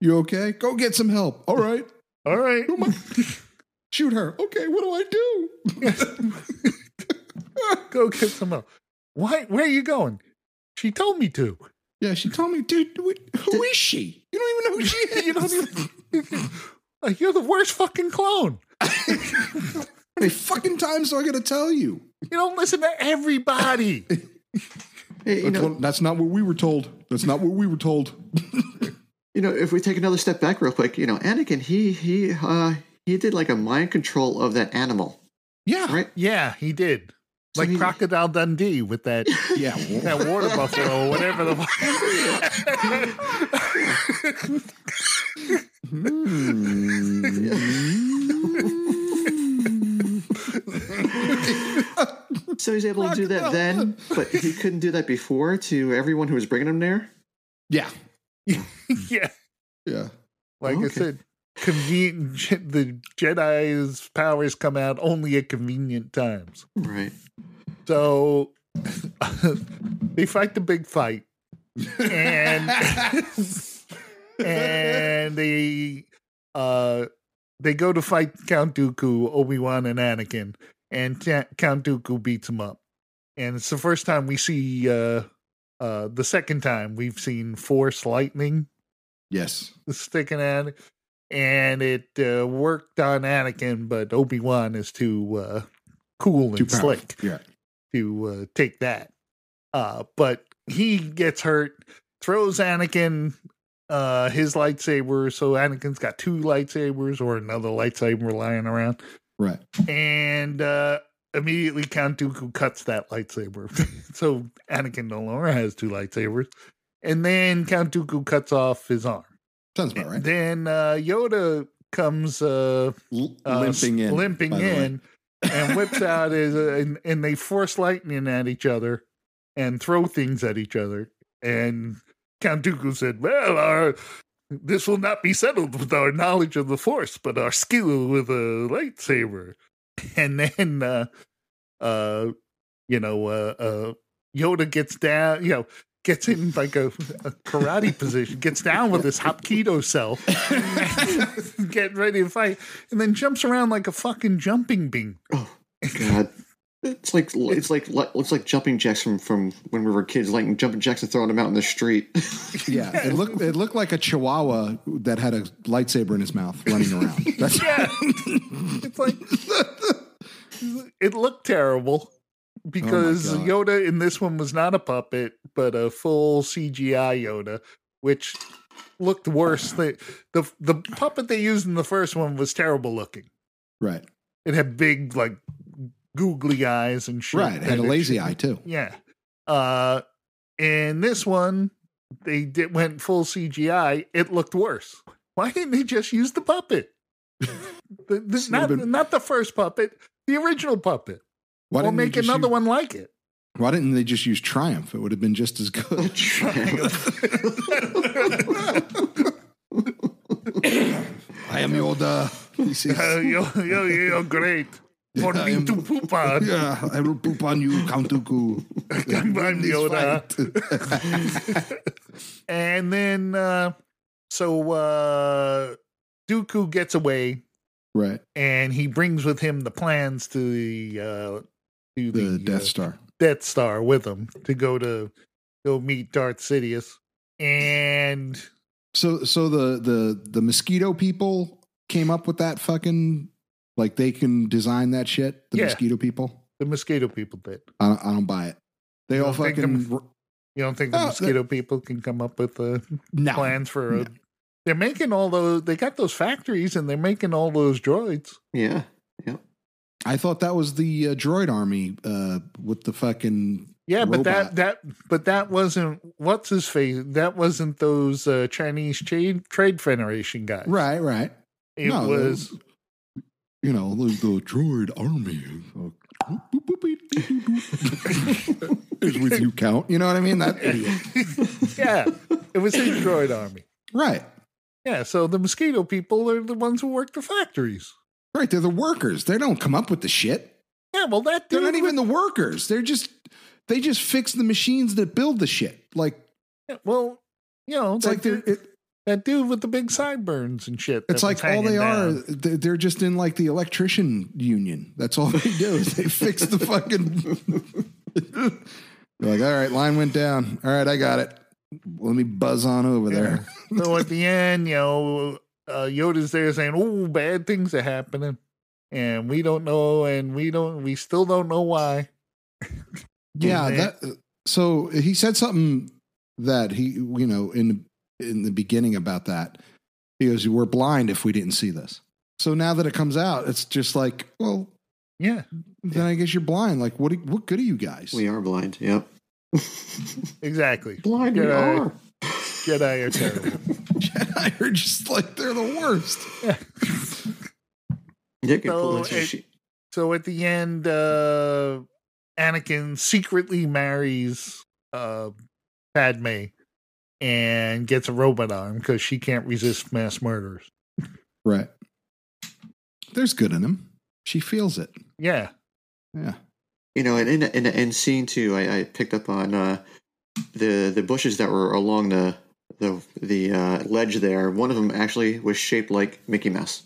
[SPEAKER 3] You okay? Go get some help. All right.
[SPEAKER 1] All right.
[SPEAKER 3] Shoot her. Okay, what do I do?
[SPEAKER 1] Go get some help. Why? Where are you going? She told me to.
[SPEAKER 3] Yeah, she told me, dude, wh- who is she? You don't even know who she is.
[SPEAKER 1] You don't even. Like, You're the worst fucking clone.
[SPEAKER 3] How many fucking times do I gotta tell you?
[SPEAKER 1] You don't listen to everybody.
[SPEAKER 2] Hey,
[SPEAKER 3] That's,
[SPEAKER 2] you know,
[SPEAKER 3] what- that's not what we were told. That's not what we were told.
[SPEAKER 2] you know, if we take another step back real quick, you know, Anakin, he he uh he did like a mind control of that animal,
[SPEAKER 3] Yeah.
[SPEAKER 2] right?
[SPEAKER 1] Yeah, he did.
[SPEAKER 2] So
[SPEAKER 1] Like
[SPEAKER 2] he-
[SPEAKER 1] Crocodile Dundee with that
[SPEAKER 3] Yeah. well,
[SPEAKER 1] that water buffalo or whatever the
[SPEAKER 3] Hmm.
[SPEAKER 2] So he's able to do that then, but he couldn't do that before to everyone who was bringing him there.
[SPEAKER 3] Yeah.
[SPEAKER 1] yeah
[SPEAKER 3] Yeah.
[SPEAKER 1] like i
[SPEAKER 2] Okay.
[SPEAKER 1] said convenient the Jedi's powers come out only at convenient times.
[SPEAKER 2] Right.
[SPEAKER 1] So they fight the big fight, and and they uh they go to fight Count Dooku, Obi Wan, and Anakin, and Ta- Count Dooku beats him up. And it's the first time we see uh uh the second time we've seen Force lightning
[SPEAKER 3] yes.
[SPEAKER 1] sticking out, and it uh, worked on Anakin, but Obi Wan is too uh, cool and
[SPEAKER 3] Too powerful.
[SPEAKER 1] slick
[SPEAKER 3] You're right.
[SPEAKER 1] to uh, take that. Uh, but he gets hurt, throws Anakin uh, his lightsaber, so Anakin's got two lightsabers or another lightsaber lying around,
[SPEAKER 3] Right.
[SPEAKER 1] and uh, immediately Count Dooku cuts that lightsaber, so Anakin no longer has two lightsabers, and then Count Dooku cuts off his arm.
[SPEAKER 3] Sounds about right.
[SPEAKER 1] Then uh, Yoda comes uh,
[SPEAKER 3] L-
[SPEAKER 1] uh,
[SPEAKER 3] limping in.
[SPEAKER 1] limping
[SPEAKER 3] by the way.
[SPEAKER 1] in, and whips out his uh, and, and they force lightning at each other and throw things at each other. And Count Dooku said, "Well, our this will not be settled with our knowledge of the Force, but our skill with a lightsaber." And then, uh, uh, you know, uh, uh, Yoda gets down. You know. Gets in like a, a karate position, gets down with his Hapkido self, getting ready to fight, and then jumps around like a fucking jumping bean.
[SPEAKER 2] Oh God. It's like it's like it's like jumping jacks from, from when we were kids, like jumping jacks and throwing them out in the street.
[SPEAKER 3] Yeah, it looked it looked like a chihuahua that had a lightsaber in his mouth running around. That's
[SPEAKER 1] Yeah. it's like it looked terrible because
[SPEAKER 3] Oh God.
[SPEAKER 1] Yoda in this one was not a puppet, but a full CGI Yoda, which looked worse. Than, the the puppet they used in the first one was terrible looking.
[SPEAKER 3] right.
[SPEAKER 1] It had big like googly eyes and shit.
[SPEAKER 3] Right. It had a
[SPEAKER 1] that it
[SPEAKER 3] lazy
[SPEAKER 1] shouldn't
[SPEAKER 3] eye too.
[SPEAKER 1] Yeah. Uh in this one they did went full CGI. It looked worse. Why didn't they just use the puppet? The- the-
[SPEAKER 3] Should've
[SPEAKER 1] not,
[SPEAKER 3] been-
[SPEAKER 1] not the first puppet, the original puppet.
[SPEAKER 3] Why
[SPEAKER 1] or
[SPEAKER 3] didn't they
[SPEAKER 1] make
[SPEAKER 3] just
[SPEAKER 1] another
[SPEAKER 3] use-
[SPEAKER 1] one like it.
[SPEAKER 3] Why didn't they just use Triumph? It would have been just as good. I am Yoda. He says,
[SPEAKER 1] Uh, yo, yo, yo, great. For
[SPEAKER 3] I
[SPEAKER 1] me
[SPEAKER 3] am-
[SPEAKER 1] to poop on.
[SPEAKER 3] yeah, I will poop on you, Count Dooku.
[SPEAKER 1] I'm uh,
[SPEAKER 3] Win this
[SPEAKER 1] Yoda.
[SPEAKER 3] fight.
[SPEAKER 1] And then uh so uh Dooku gets away
[SPEAKER 3] right.
[SPEAKER 1] and he brings with him the plans to the uh to
[SPEAKER 3] The
[SPEAKER 1] the,
[SPEAKER 3] Death
[SPEAKER 1] uh,
[SPEAKER 3] Star.
[SPEAKER 1] Death Star with him to go to go meet Darth Sidious. And
[SPEAKER 3] So so the the the mosquito people came up with that fucking like they can design that shit. The
[SPEAKER 1] Yeah.
[SPEAKER 3] mosquito people.
[SPEAKER 1] the mosquito people did.
[SPEAKER 3] I don't, I don't buy it. They
[SPEAKER 1] You
[SPEAKER 3] all
[SPEAKER 1] don't think
[SPEAKER 3] fucking
[SPEAKER 1] You don't think the
[SPEAKER 3] Oh, the-
[SPEAKER 1] mosquito people can come up with uh,
[SPEAKER 3] no.
[SPEAKER 1] plans for a
[SPEAKER 3] no.
[SPEAKER 1] they're making all those they got those factories and they're making all those droids.
[SPEAKER 2] yeah.
[SPEAKER 3] I thought that was the uh, droid army uh, with the fucking
[SPEAKER 1] Yeah, but
[SPEAKER 3] Robot.
[SPEAKER 1] that that but that wasn't what's his face. That wasn't those uh, Chinese trade trade federation guys.
[SPEAKER 3] right, right.
[SPEAKER 1] It
[SPEAKER 3] No,
[SPEAKER 1] was
[SPEAKER 3] You know the, the droid army is with you, count. You know what I mean? That idiot.
[SPEAKER 1] yeah, it was his droid army.
[SPEAKER 3] Right,
[SPEAKER 1] Yeah, so the mosquito people are the ones who work the factories.
[SPEAKER 3] right. They're the workers. They don't come up with the shit.
[SPEAKER 1] Yeah, well that
[SPEAKER 3] They're
[SPEAKER 1] dude
[SPEAKER 3] not even the workers. They're just they just fix the machines that build the shit. Like
[SPEAKER 1] Yeah, well, you know,
[SPEAKER 3] it's
[SPEAKER 1] that,
[SPEAKER 3] like they're
[SPEAKER 1] dude,
[SPEAKER 3] it,
[SPEAKER 1] that dude with the big sideburns and shit.
[SPEAKER 3] It's
[SPEAKER 1] that was
[SPEAKER 3] like all they
[SPEAKER 1] hanging
[SPEAKER 3] are,
[SPEAKER 1] down.
[SPEAKER 3] they- they're just in like the electrician union. That's all they do is they fix the fucking. They're like, all right, line went down. All right, I got it. Let me buzz on over there.
[SPEAKER 1] so at the end, you know, uh, Yoda's there saying, "Oh, bad things are happening," and we don't know, and we don't, we still don't know why. Yeah.
[SPEAKER 3] Yeah. That, so he said something that he, you know, in in the beginning about that, he goes, "We're blind if we didn't see this." So now that it comes out, it's just like, well,
[SPEAKER 1] Yeah,
[SPEAKER 3] then I guess you're blind. Like, what? What good are you guys?
[SPEAKER 2] We are blind. Yep.
[SPEAKER 1] exactly.
[SPEAKER 2] blind we
[SPEAKER 1] Jedi.
[SPEAKER 2] are.
[SPEAKER 1] Jedi are terrible.
[SPEAKER 3] Jedi are just like they're the worst.
[SPEAKER 2] Yeah, good
[SPEAKER 1] So
[SPEAKER 2] pull. It's-
[SPEAKER 1] it-
[SPEAKER 2] she-
[SPEAKER 1] so at the end, uh, Anakin secretly marries uh, Padme and gets a robot arm because she can't resist mass murders.
[SPEAKER 3] Right. There's good in him. She feels it.
[SPEAKER 1] Yeah.
[SPEAKER 3] Yeah.
[SPEAKER 2] you know, and in in the end scene too, I, I picked up on uh, the the bushes that were along the the the uh, ledge there. One of them actually was shaped like Mickey Mouse.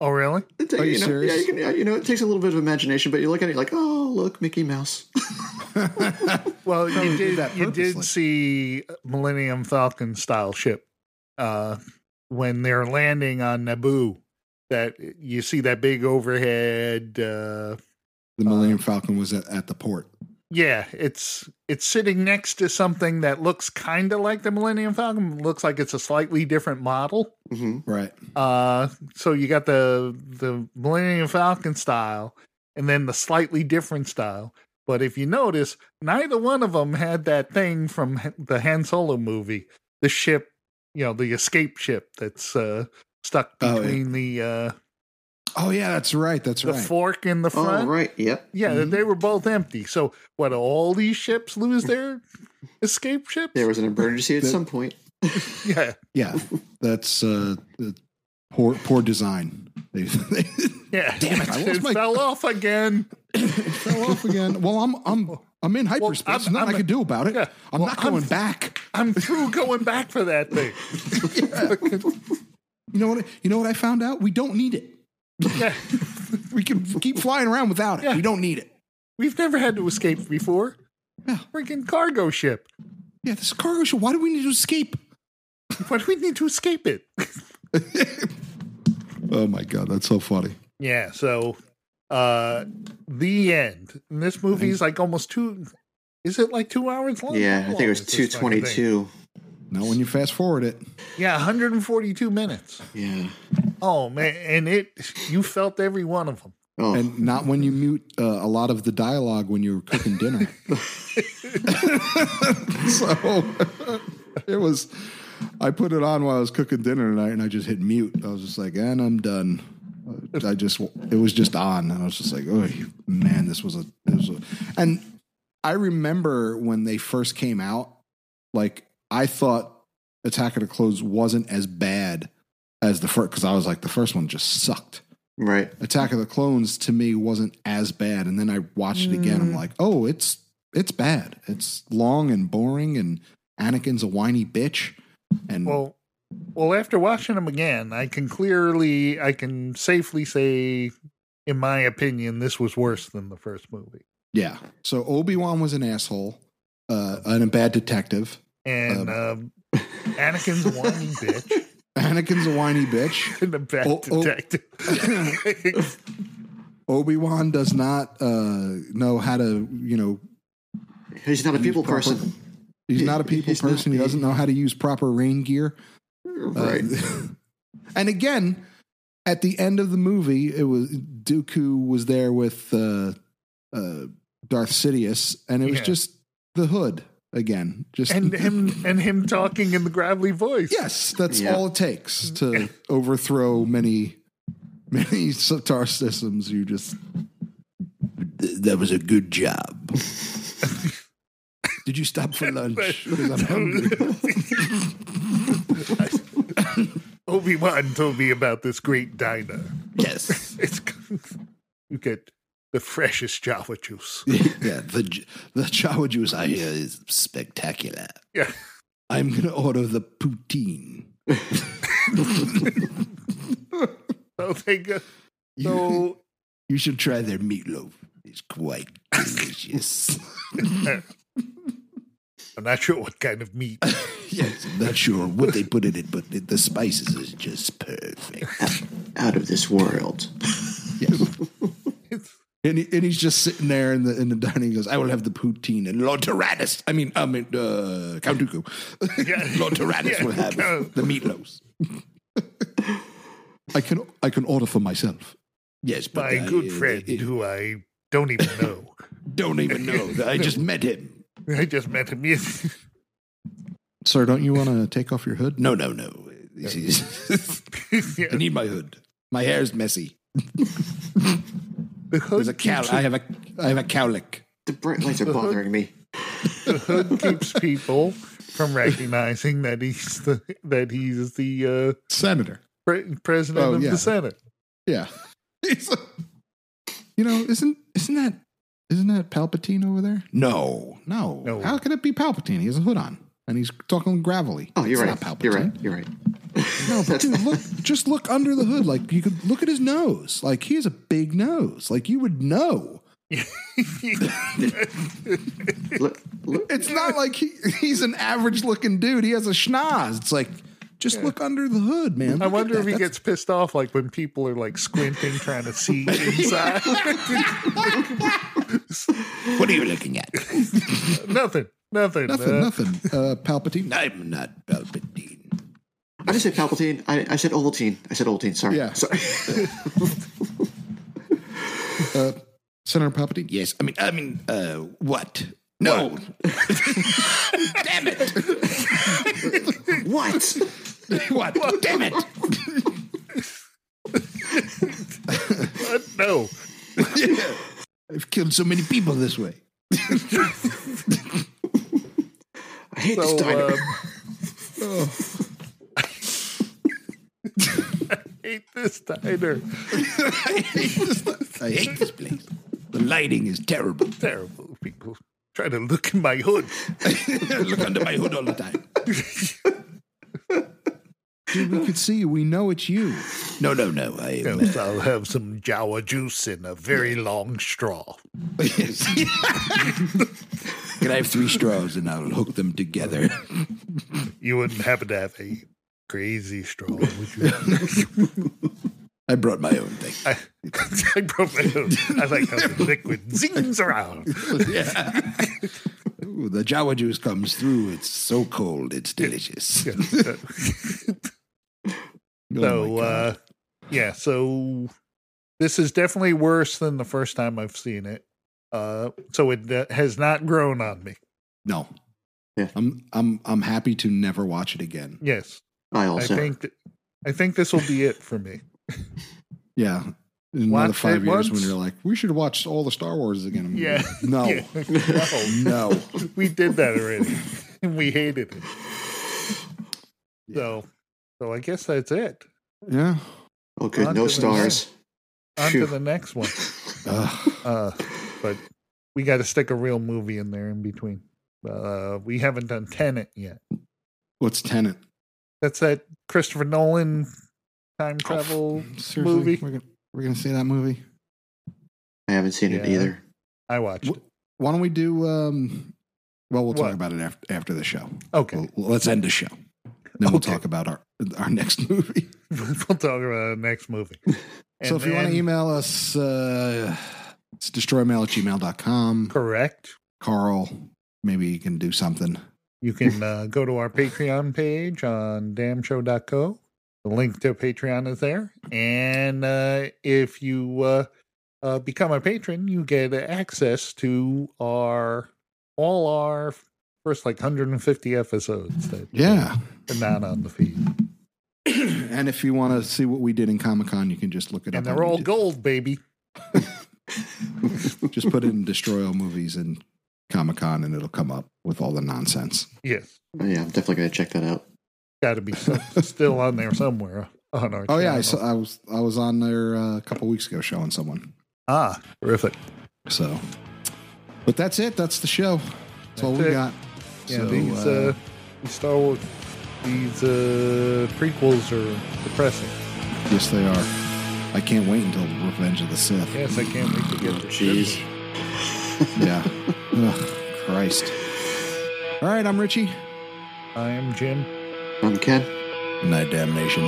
[SPEAKER 1] Oh, really?
[SPEAKER 2] It ta-
[SPEAKER 3] Are you
[SPEAKER 2] know,
[SPEAKER 3] serious?
[SPEAKER 2] Yeah, you, can, yeah, you know, it takes a little bit of imagination, but you look at it like, oh, look, Mickey Mouse.
[SPEAKER 1] Well,
[SPEAKER 3] Probably
[SPEAKER 1] you
[SPEAKER 3] did
[SPEAKER 1] did,
[SPEAKER 3] that
[SPEAKER 1] you
[SPEAKER 3] purposely.
[SPEAKER 1] did see uh, Millennium Falcon style ship uh, when they're landing on Naboo. That eh, you see that big overhead. Uh,
[SPEAKER 3] The Millennium Falcon was at, at the port.
[SPEAKER 1] yeah, it's it's sitting next to something that looks kind of like the Millennium Falcon. Looks like it's a slightly different model.
[SPEAKER 2] hmm
[SPEAKER 3] Right.
[SPEAKER 1] Uh, so you got the the Millennium Falcon style, and then the slightly different style. But if you notice, neither one of them had that thing from H- the Han Solo movie, the ship, you know, the escape ship that's uh, stuck
[SPEAKER 3] Oh, yeah.
[SPEAKER 1] between the uh,
[SPEAKER 3] Oh yeah, that's right. That's
[SPEAKER 1] the
[SPEAKER 3] right.
[SPEAKER 1] fork and the
[SPEAKER 2] Oh,
[SPEAKER 1] front.
[SPEAKER 2] right. Yep.
[SPEAKER 1] Yeah, they were both empty. So what? All these ships lose their escape ships?
[SPEAKER 2] There was an emergency at
[SPEAKER 3] The-
[SPEAKER 2] some point.
[SPEAKER 1] yeah,
[SPEAKER 3] yeah. That's uh, the poor poor design. They, they
[SPEAKER 1] yeah.
[SPEAKER 3] Damn it, I lost
[SPEAKER 1] it
[SPEAKER 3] my-
[SPEAKER 1] fell off again.
[SPEAKER 3] fell off again. Well, I'm I'm I'm in hyperspace.
[SPEAKER 1] I'm-
[SPEAKER 3] There's nothing
[SPEAKER 1] I'm-
[SPEAKER 3] I can do about it.
[SPEAKER 1] yeah.
[SPEAKER 3] I'm
[SPEAKER 1] Well,
[SPEAKER 3] not
[SPEAKER 1] I'm-
[SPEAKER 3] going back.
[SPEAKER 1] I'm through going back for that thing.
[SPEAKER 3] You know what? You know what I found out? We don't need it.
[SPEAKER 1] Yeah.
[SPEAKER 3] We can keep flying around without it.
[SPEAKER 1] Yeah.
[SPEAKER 3] We don't need it.
[SPEAKER 1] We've never had to escape before.
[SPEAKER 3] Yeah.
[SPEAKER 1] Freaking cargo ship.
[SPEAKER 3] Yeah, this cargo ship. Why do we need to escape?
[SPEAKER 1] Why do we need to escape it?
[SPEAKER 3] Oh my god, that's so funny.
[SPEAKER 1] Yeah, so uh the end. And this movie's like almost two is it like two hours long?
[SPEAKER 2] Yeah,
[SPEAKER 1] How
[SPEAKER 2] I think it
[SPEAKER 1] long
[SPEAKER 2] was
[SPEAKER 1] is this fucking
[SPEAKER 2] two
[SPEAKER 1] thing?
[SPEAKER 2] twenty two.
[SPEAKER 3] Now when you fast forward it,
[SPEAKER 1] Yeah, 142 minutes.
[SPEAKER 2] Yeah.
[SPEAKER 1] Oh man, and it you felt every one of them.
[SPEAKER 2] Oh,
[SPEAKER 3] and not when you mute uh, a lot of the dialogue when you were cooking dinner. so it was. I put it on while I was cooking dinner tonight, and I just hit mute. I was just like, and I'm done. I just it was just on, and I was just like, oh man, this was a this was a, and I remember when they first came out, like I thought Attack of the Clothes wasn't as bad as the first because I was like the first one just sucked.
[SPEAKER 2] right.
[SPEAKER 3] Attack of the Clones to me wasn't as bad, and then I watched it again.
[SPEAKER 2] Mm.
[SPEAKER 3] I'm like, oh, it's it's bad. It's long and boring, and Anakin's a whiny bitch. And
[SPEAKER 1] Well, well, after watching them again, I can clearly, I can safely say, in my opinion, this was worse than the first movie.
[SPEAKER 3] yeah, so Obi Wan was an asshole uh, and a bad detective.
[SPEAKER 1] And um, Anakin's a whiny bitch.
[SPEAKER 3] Anakin's a whiny bitch.
[SPEAKER 1] in the bad
[SPEAKER 3] Oh, oh.
[SPEAKER 1] detective.
[SPEAKER 3] Obi Wan does not uh, know how to, you know,
[SPEAKER 2] He's not a
[SPEAKER 3] use
[SPEAKER 2] people
[SPEAKER 3] proper-
[SPEAKER 2] person.
[SPEAKER 3] He's
[SPEAKER 2] He-
[SPEAKER 3] not a people
[SPEAKER 2] he's not-
[SPEAKER 3] person. he doesn't know how to use proper rain gear. Uh,
[SPEAKER 2] Right.
[SPEAKER 3] and again, at the end of the movie, it was Dooku was there with uh, uh, Darth Sidious, and it was
[SPEAKER 1] Yeah.
[SPEAKER 3] just the hood again. Just
[SPEAKER 1] and him and him talking in the gravelly voice.
[SPEAKER 3] yes, that's
[SPEAKER 2] Yeah.
[SPEAKER 3] all it takes
[SPEAKER 1] Mm-hmm.
[SPEAKER 3] to overthrow many many Sotar systems. You just "Th- that was a good job. Did you stop for lunch? 'Cause I'm hungry.
[SPEAKER 1] Obi Wan told me about this great diner.
[SPEAKER 3] Yes.
[SPEAKER 1] It's you get the freshest Java juice.
[SPEAKER 3] yeah, the j- the Jawa juice I hear is spectacular.
[SPEAKER 1] Yeah.
[SPEAKER 3] I'm gonna order the poutine.
[SPEAKER 1] So they go.
[SPEAKER 3] You,
[SPEAKER 1] So
[SPEAKER 3] you should try their meatloaf. It's quite delicious.
[SPEAKER 1] I'm not sure what kind of meat.
[SPEAKER 3] yes, I'm not sure what they put in it, but it, the spices is just perfect.
[SPEAKER 2] Out of this world.
[SPEAKER 3] Yes.
[SPEAKER 1] It's-
[SPEAKER 3] And, he, and he's just sitting there in the in the dining. He goes, "I will have the poutine and Lord Tyrannus. I mean, I mean, uh, Count Dooku.
[SPEAKER 1] Yeah.
[SPEAKER 3] Lord Tyrannus
[SPEAKER 1] Yeah,
[SPEAKER 3] will have
[SPEAKER 1] Count.
[SPEAKER 3] the meatloaves. I can I can order for myself. Yes, but
[SPEAKER 1] my
[SPEAKER 3] I-
[SPEAKER 1] good friend,
[SPEAKER 3] I-
[SPEAKER 1] who I don't even know.
[SPEAKER 3] don't even know. I just met him.
[SPEAKER 1] I just met him. yes.
[SPEAKER 3] Sir, don't you want to take off your hood? No, no, no. I
[SPEAKER 1] Yeah.
[SPEAKER 3] need my hood. My hair's messy.
[SPEAKER 1] The hood
[SPEAKER 3] There's a cow.
[SPEAKER 1] keeps-
[SPEAKER 3] I have a I have a cowlick.
[SPEAKER 2] The bright lights are bothering me.
[SPEAKER 1] the hood keeps people from recognizing that he's the that he's the uh,
[SPEAKER 3] Senator.
[SPEAKER 1] pre- president
[SPEAKER 3] Oh,
[SPEAKER 1] of
[SPEAKER 3] yeah.
[SPEAKER 1] the Senate.
[SPEAKER 3] Yeah. He's like, you know, isn't isn't that isn't that Palpatine over there? No, no.
[SPEAKER 1] No.
[SPEAKER 3] How could it be Palpatine? He has a hood on and he's talking gravelly.
[SPEAKER 2] Oh, you're
[SPEAKER 3] It's
[SPEAKER 2] right.
[SPEAKER 3] not
[SPEAKER 2] You're
[SPEAKER 3] Palpatine.
[SPEAKER 2] right. You're right.
[SPEAKER 3] No, but dude, look, just look under the hood. Like you could look at his nose. Like he has a big nose. Like you would know.
[SPEAKER 2] Look, look,
[SPEAKER 3] It's not like he, he's an average looking dude. He has a schnoz. It's like just look under the hood, man.
[SPEAKER 1] I
[SPEAKER 3] Look at
[SPEAKER 1] wonder if
[SPEAKER 3] that.
[SPEAKER 1] he
[SPEAKER 3] That's-
[SPEAKER 1] gets pissed off like when people are like squinting trying to see inside.
[SPEAKER 3] What are you looking at?
[SPEAKER 1] nothing. Nothing.
[SPEAKER 3] nothing.
[SPEAKER 1] uh,
[SPEAKER 3] nothing. Uh, Palpatine. I'm not Palpatine.
[SPEAKER 2] I just said Palpatine. I, I said Ovaltine. I said Ovaltine. Sorry.
[SPEAKER 3] Yeah.
[SPEAKER 2] Sorry.
[SPEAKER 3] Uh, Senator Palpatine. Yes. I mean. I mean. Uh, what? No. Damn it.
[SPEAKER 2] what?
[SPEAKER 3] what? Damn it.
[SPEAKER 1] uh, no.
[SPEAKER 3] I've killed so many people this way.
[SPEAKER 2] I hate
[SPEAKER 1] So
[SPEAKER 2] this diner.
[SPEAKER 1] um, I hate this diner.
[SPEAKER 3] I hate this place. The lighting is terrible.
[SPEAKER 1] Terrible people trying to look in my hood.
[SPEAKER 3] Look under my hood all the time. Dude, we could see you. We know it's you. No, no, no. I am.
[SPEAKER 1] Else I'll have some Jawa juice in a very long straw.
[SPEAKER 3] Can I have three straws and I'll hook them together?
[SPEAKER 1] You wouldn't happen to have a crazy straw, would you?
[SPEAKER 3] I brought my own thing.
[SPEAKER 1] I, I broke my nose. I like how the liquid zings around.
[SPEAKER 3] Ooh, the Jawa juice comes through. It's so cold. It's delicious.
[SPEAKER 1] so,
[SPEAKER 3] Oh my God.
[SPEAKER 1] uh, yeah, so this is definitely worse than the first time I've seen it. Uh, so it uh, has not grown on me.
[SPEAKER 3] no.
[SPEAKER 2] Yeah.
[SPEAKER 3] I'm I'm I'm happy to never watch it again.
[SPEAKER 1] Yes,
[SPEAKER 2] I
[SPEAKER 1] uh, I
[SPEAKER 2] also.
[SPEAKER 1] think th- I think this will be it for me.
[SPEAKER 3] Yeah. In another
[SPEAKER 1] Watch
[SPEAKER 3] five
[SPEAKER 1] it
[SPEAKER 3] years when
[SPEAKER 1] once.
[SPEAKER 3] you're like, we should watch all the Star Wars again. I'm
[SPEAKER 1] Yeah.
[SPEAKER 3] like, No.
[SPEAKER 1] Yeah. No.
[SPEAKER 3] No.
[SPEAKER 1] we did that already, and we hated it. So, so I guess that's it.
[SPEAKER 3] Yeah.
[SPEAKER 2] oh, good.
[SPEAKER 1] On to
[SPEAKER 2] No
[SPEAKER 1] the
[SPEAKER 2] stars.
[SPEAKER 1] On
[SPEAKER 2] Phew.
[SPEAKER 1] to the next one.
[SPEAKER 3] Ugh.
[SPEAKER 1] Uh, but we got to stick a real movie in there in between. Uh, we haven't done Tenet yet.
[SPEAKER 3] What's Tenant?
[SPEAKER 1] That's that Christopher Nolan
[SPEAKER 3] Oh,
[SPEAKER 1] time travel.
[SPEAKER 3] mm.
[SPEAKER 1] Movie.
[SPEAKER 3] We're gonna, we're gonna see that movie.
[SPEAKER 2] I haven't seen it
[SPEAKER 1] Yeah.
[SPEAKER 2] either.
[SPEAKER 1] I watched. it.
[SPEAKER 3] Why don't we do? um Well, we'll
[SPEAKER 1] What?
[SPEAKER 3] talk about it after after the show.
[SPEAKER 1] Okay,
[SPEAKER 3] Well, let's end the show. Then we'll
[SPEAKER 1] Okay.
[SPEAKER 3] talk about our our next movie.
[SPEAKER 1] we'll talk about the next movie.
[SPEAKER 3] so if you want to
[SPEAKER 1] then-
[SPEAKER 3] email us, uh, it's destroymail at gmail.com.
[SPEAKER 1] correct,
[SPEAKER 3] Carl, maybe you can do something.
[SPEAKER 1] you can uh, go to our Patreon page on damshow.co. The link to Patreon is there, and uh, if you uh, uh, become a patron, you get access to our all our first like 150 episodes that
[SPEAKER 3] Yeah.
[SPEAKER 1] are not on the feed,
[SPEAKER 3] and if you want to see what we did in Comic Con, you can just look it
[SPEAKER 1] and
[SPEAKER 3] up.
[SPEAKER 1] they're
[SPEAKER 3] on
[SPEAKER 1] all
[SPEAKER 3] YouTube.
[SPEAKER 1] gold, baby.
[SPEAKER 3] Just put in Destroy All Movies and Comic Con, and it'll come up with all the nonsense.
[SPEAKER 1] Yes,
[SPEAKER 2] Oh, yeah, I'm definitely going to check that out.
[SPEAKER 1] got to be some- still on there somewhere on our.
[SPEAKER 3] Oh yeah,
[SPEAKER 1] channel.
[SPEAKER 3] I, saw, I was I was on there uh, a couple weeks ago showing someone.
[SPEAKER 1] Ah, terrific.
[SPEAKER 3] So, but that's it. That's the show. That's, all we
[SPEAKER 1] That's it.
[SPEAKER 3] got.
[SPEAKER 1] Yeah,
[SPEAKER 3] So,
[SPEAKER 1] these
[SPEAKER 3] uh,
[SPEAKER 1] uh, these Star Wars, these uh, prequels are depressing.
[SPEAKER 3] yes, they are. I can't wait until Revenge of the Sith.
[SPEAKER 1] Yes, I can't wait to
[SPEAKER 3] Oh,
[SPEAKER 1] get the
[SPEAKER 2] Jeez.
[SPEAKER 3] Yeah. Ugh, Christ. All right, I'm Richie.
[SPEAKER 1] I am Jim.
[SPEAKER 2] I'm Um, Ken.
[SPEAKER 3] Night, damnation.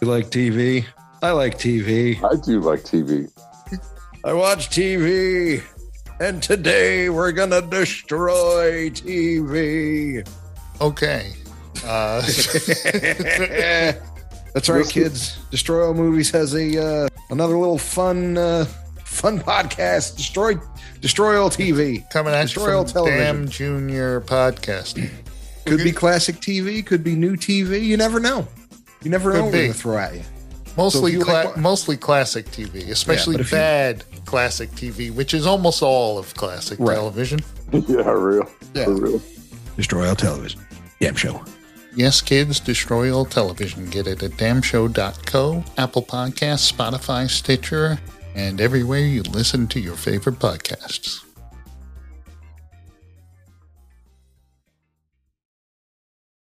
[SPEAKER 4] You like TV? I like TV.
[SPEAKER 5] I do like TV.
[SPEAKER 4] I watch TV. And today we're going to destroy TV.
[SPEAKER 1] Okay. Uh,
[SPEAKER 4] That's right, kids. Destroy All Movies has a uh, another little fun uh, fun podcast. Destroy Destroy All TV.
[SPEAKER 1] coming at
[SPEAKER 4] Destroy all
[SPEAKER 1] you from
[SPEAKER 4] television.
[SPEAKER 1] Damn Junior Podcast.
[SPEAKER 4] Could be classic TV, could be new TV. You never know. You never know
[SPEAKER 1] Could
[SPEAKER 4] what we're
[SPEAKER 1] be.
[SPEAKER 4] going to throw at you.
[SPEAKER 1] Mostly,
[SPEAKER 6] So if you
[SPEAKER 1] cla-
[SPEAKER 6] like-
[SPEAKER 1] mostly classic TV, especially
[SPEAKER 6] but if you-
[SPEAKER 1] bad classic TV, which is almost all of classic
[SPEAKER 6] Right.
[SPEAKER 1] television.
[SPEAKER 5] yeah, real.
[SPEAKER 1] Yeah.
[SPEAKER 5] For real.
[SPEAKER 6] Destroy all television. Damn show.
[SPEAKER 1] Yes, kids, destroy all television. Get it at damshow.co, Apple Podcasts, Spotify, Stitcher, and everywhere you listen to your favorite podcasts.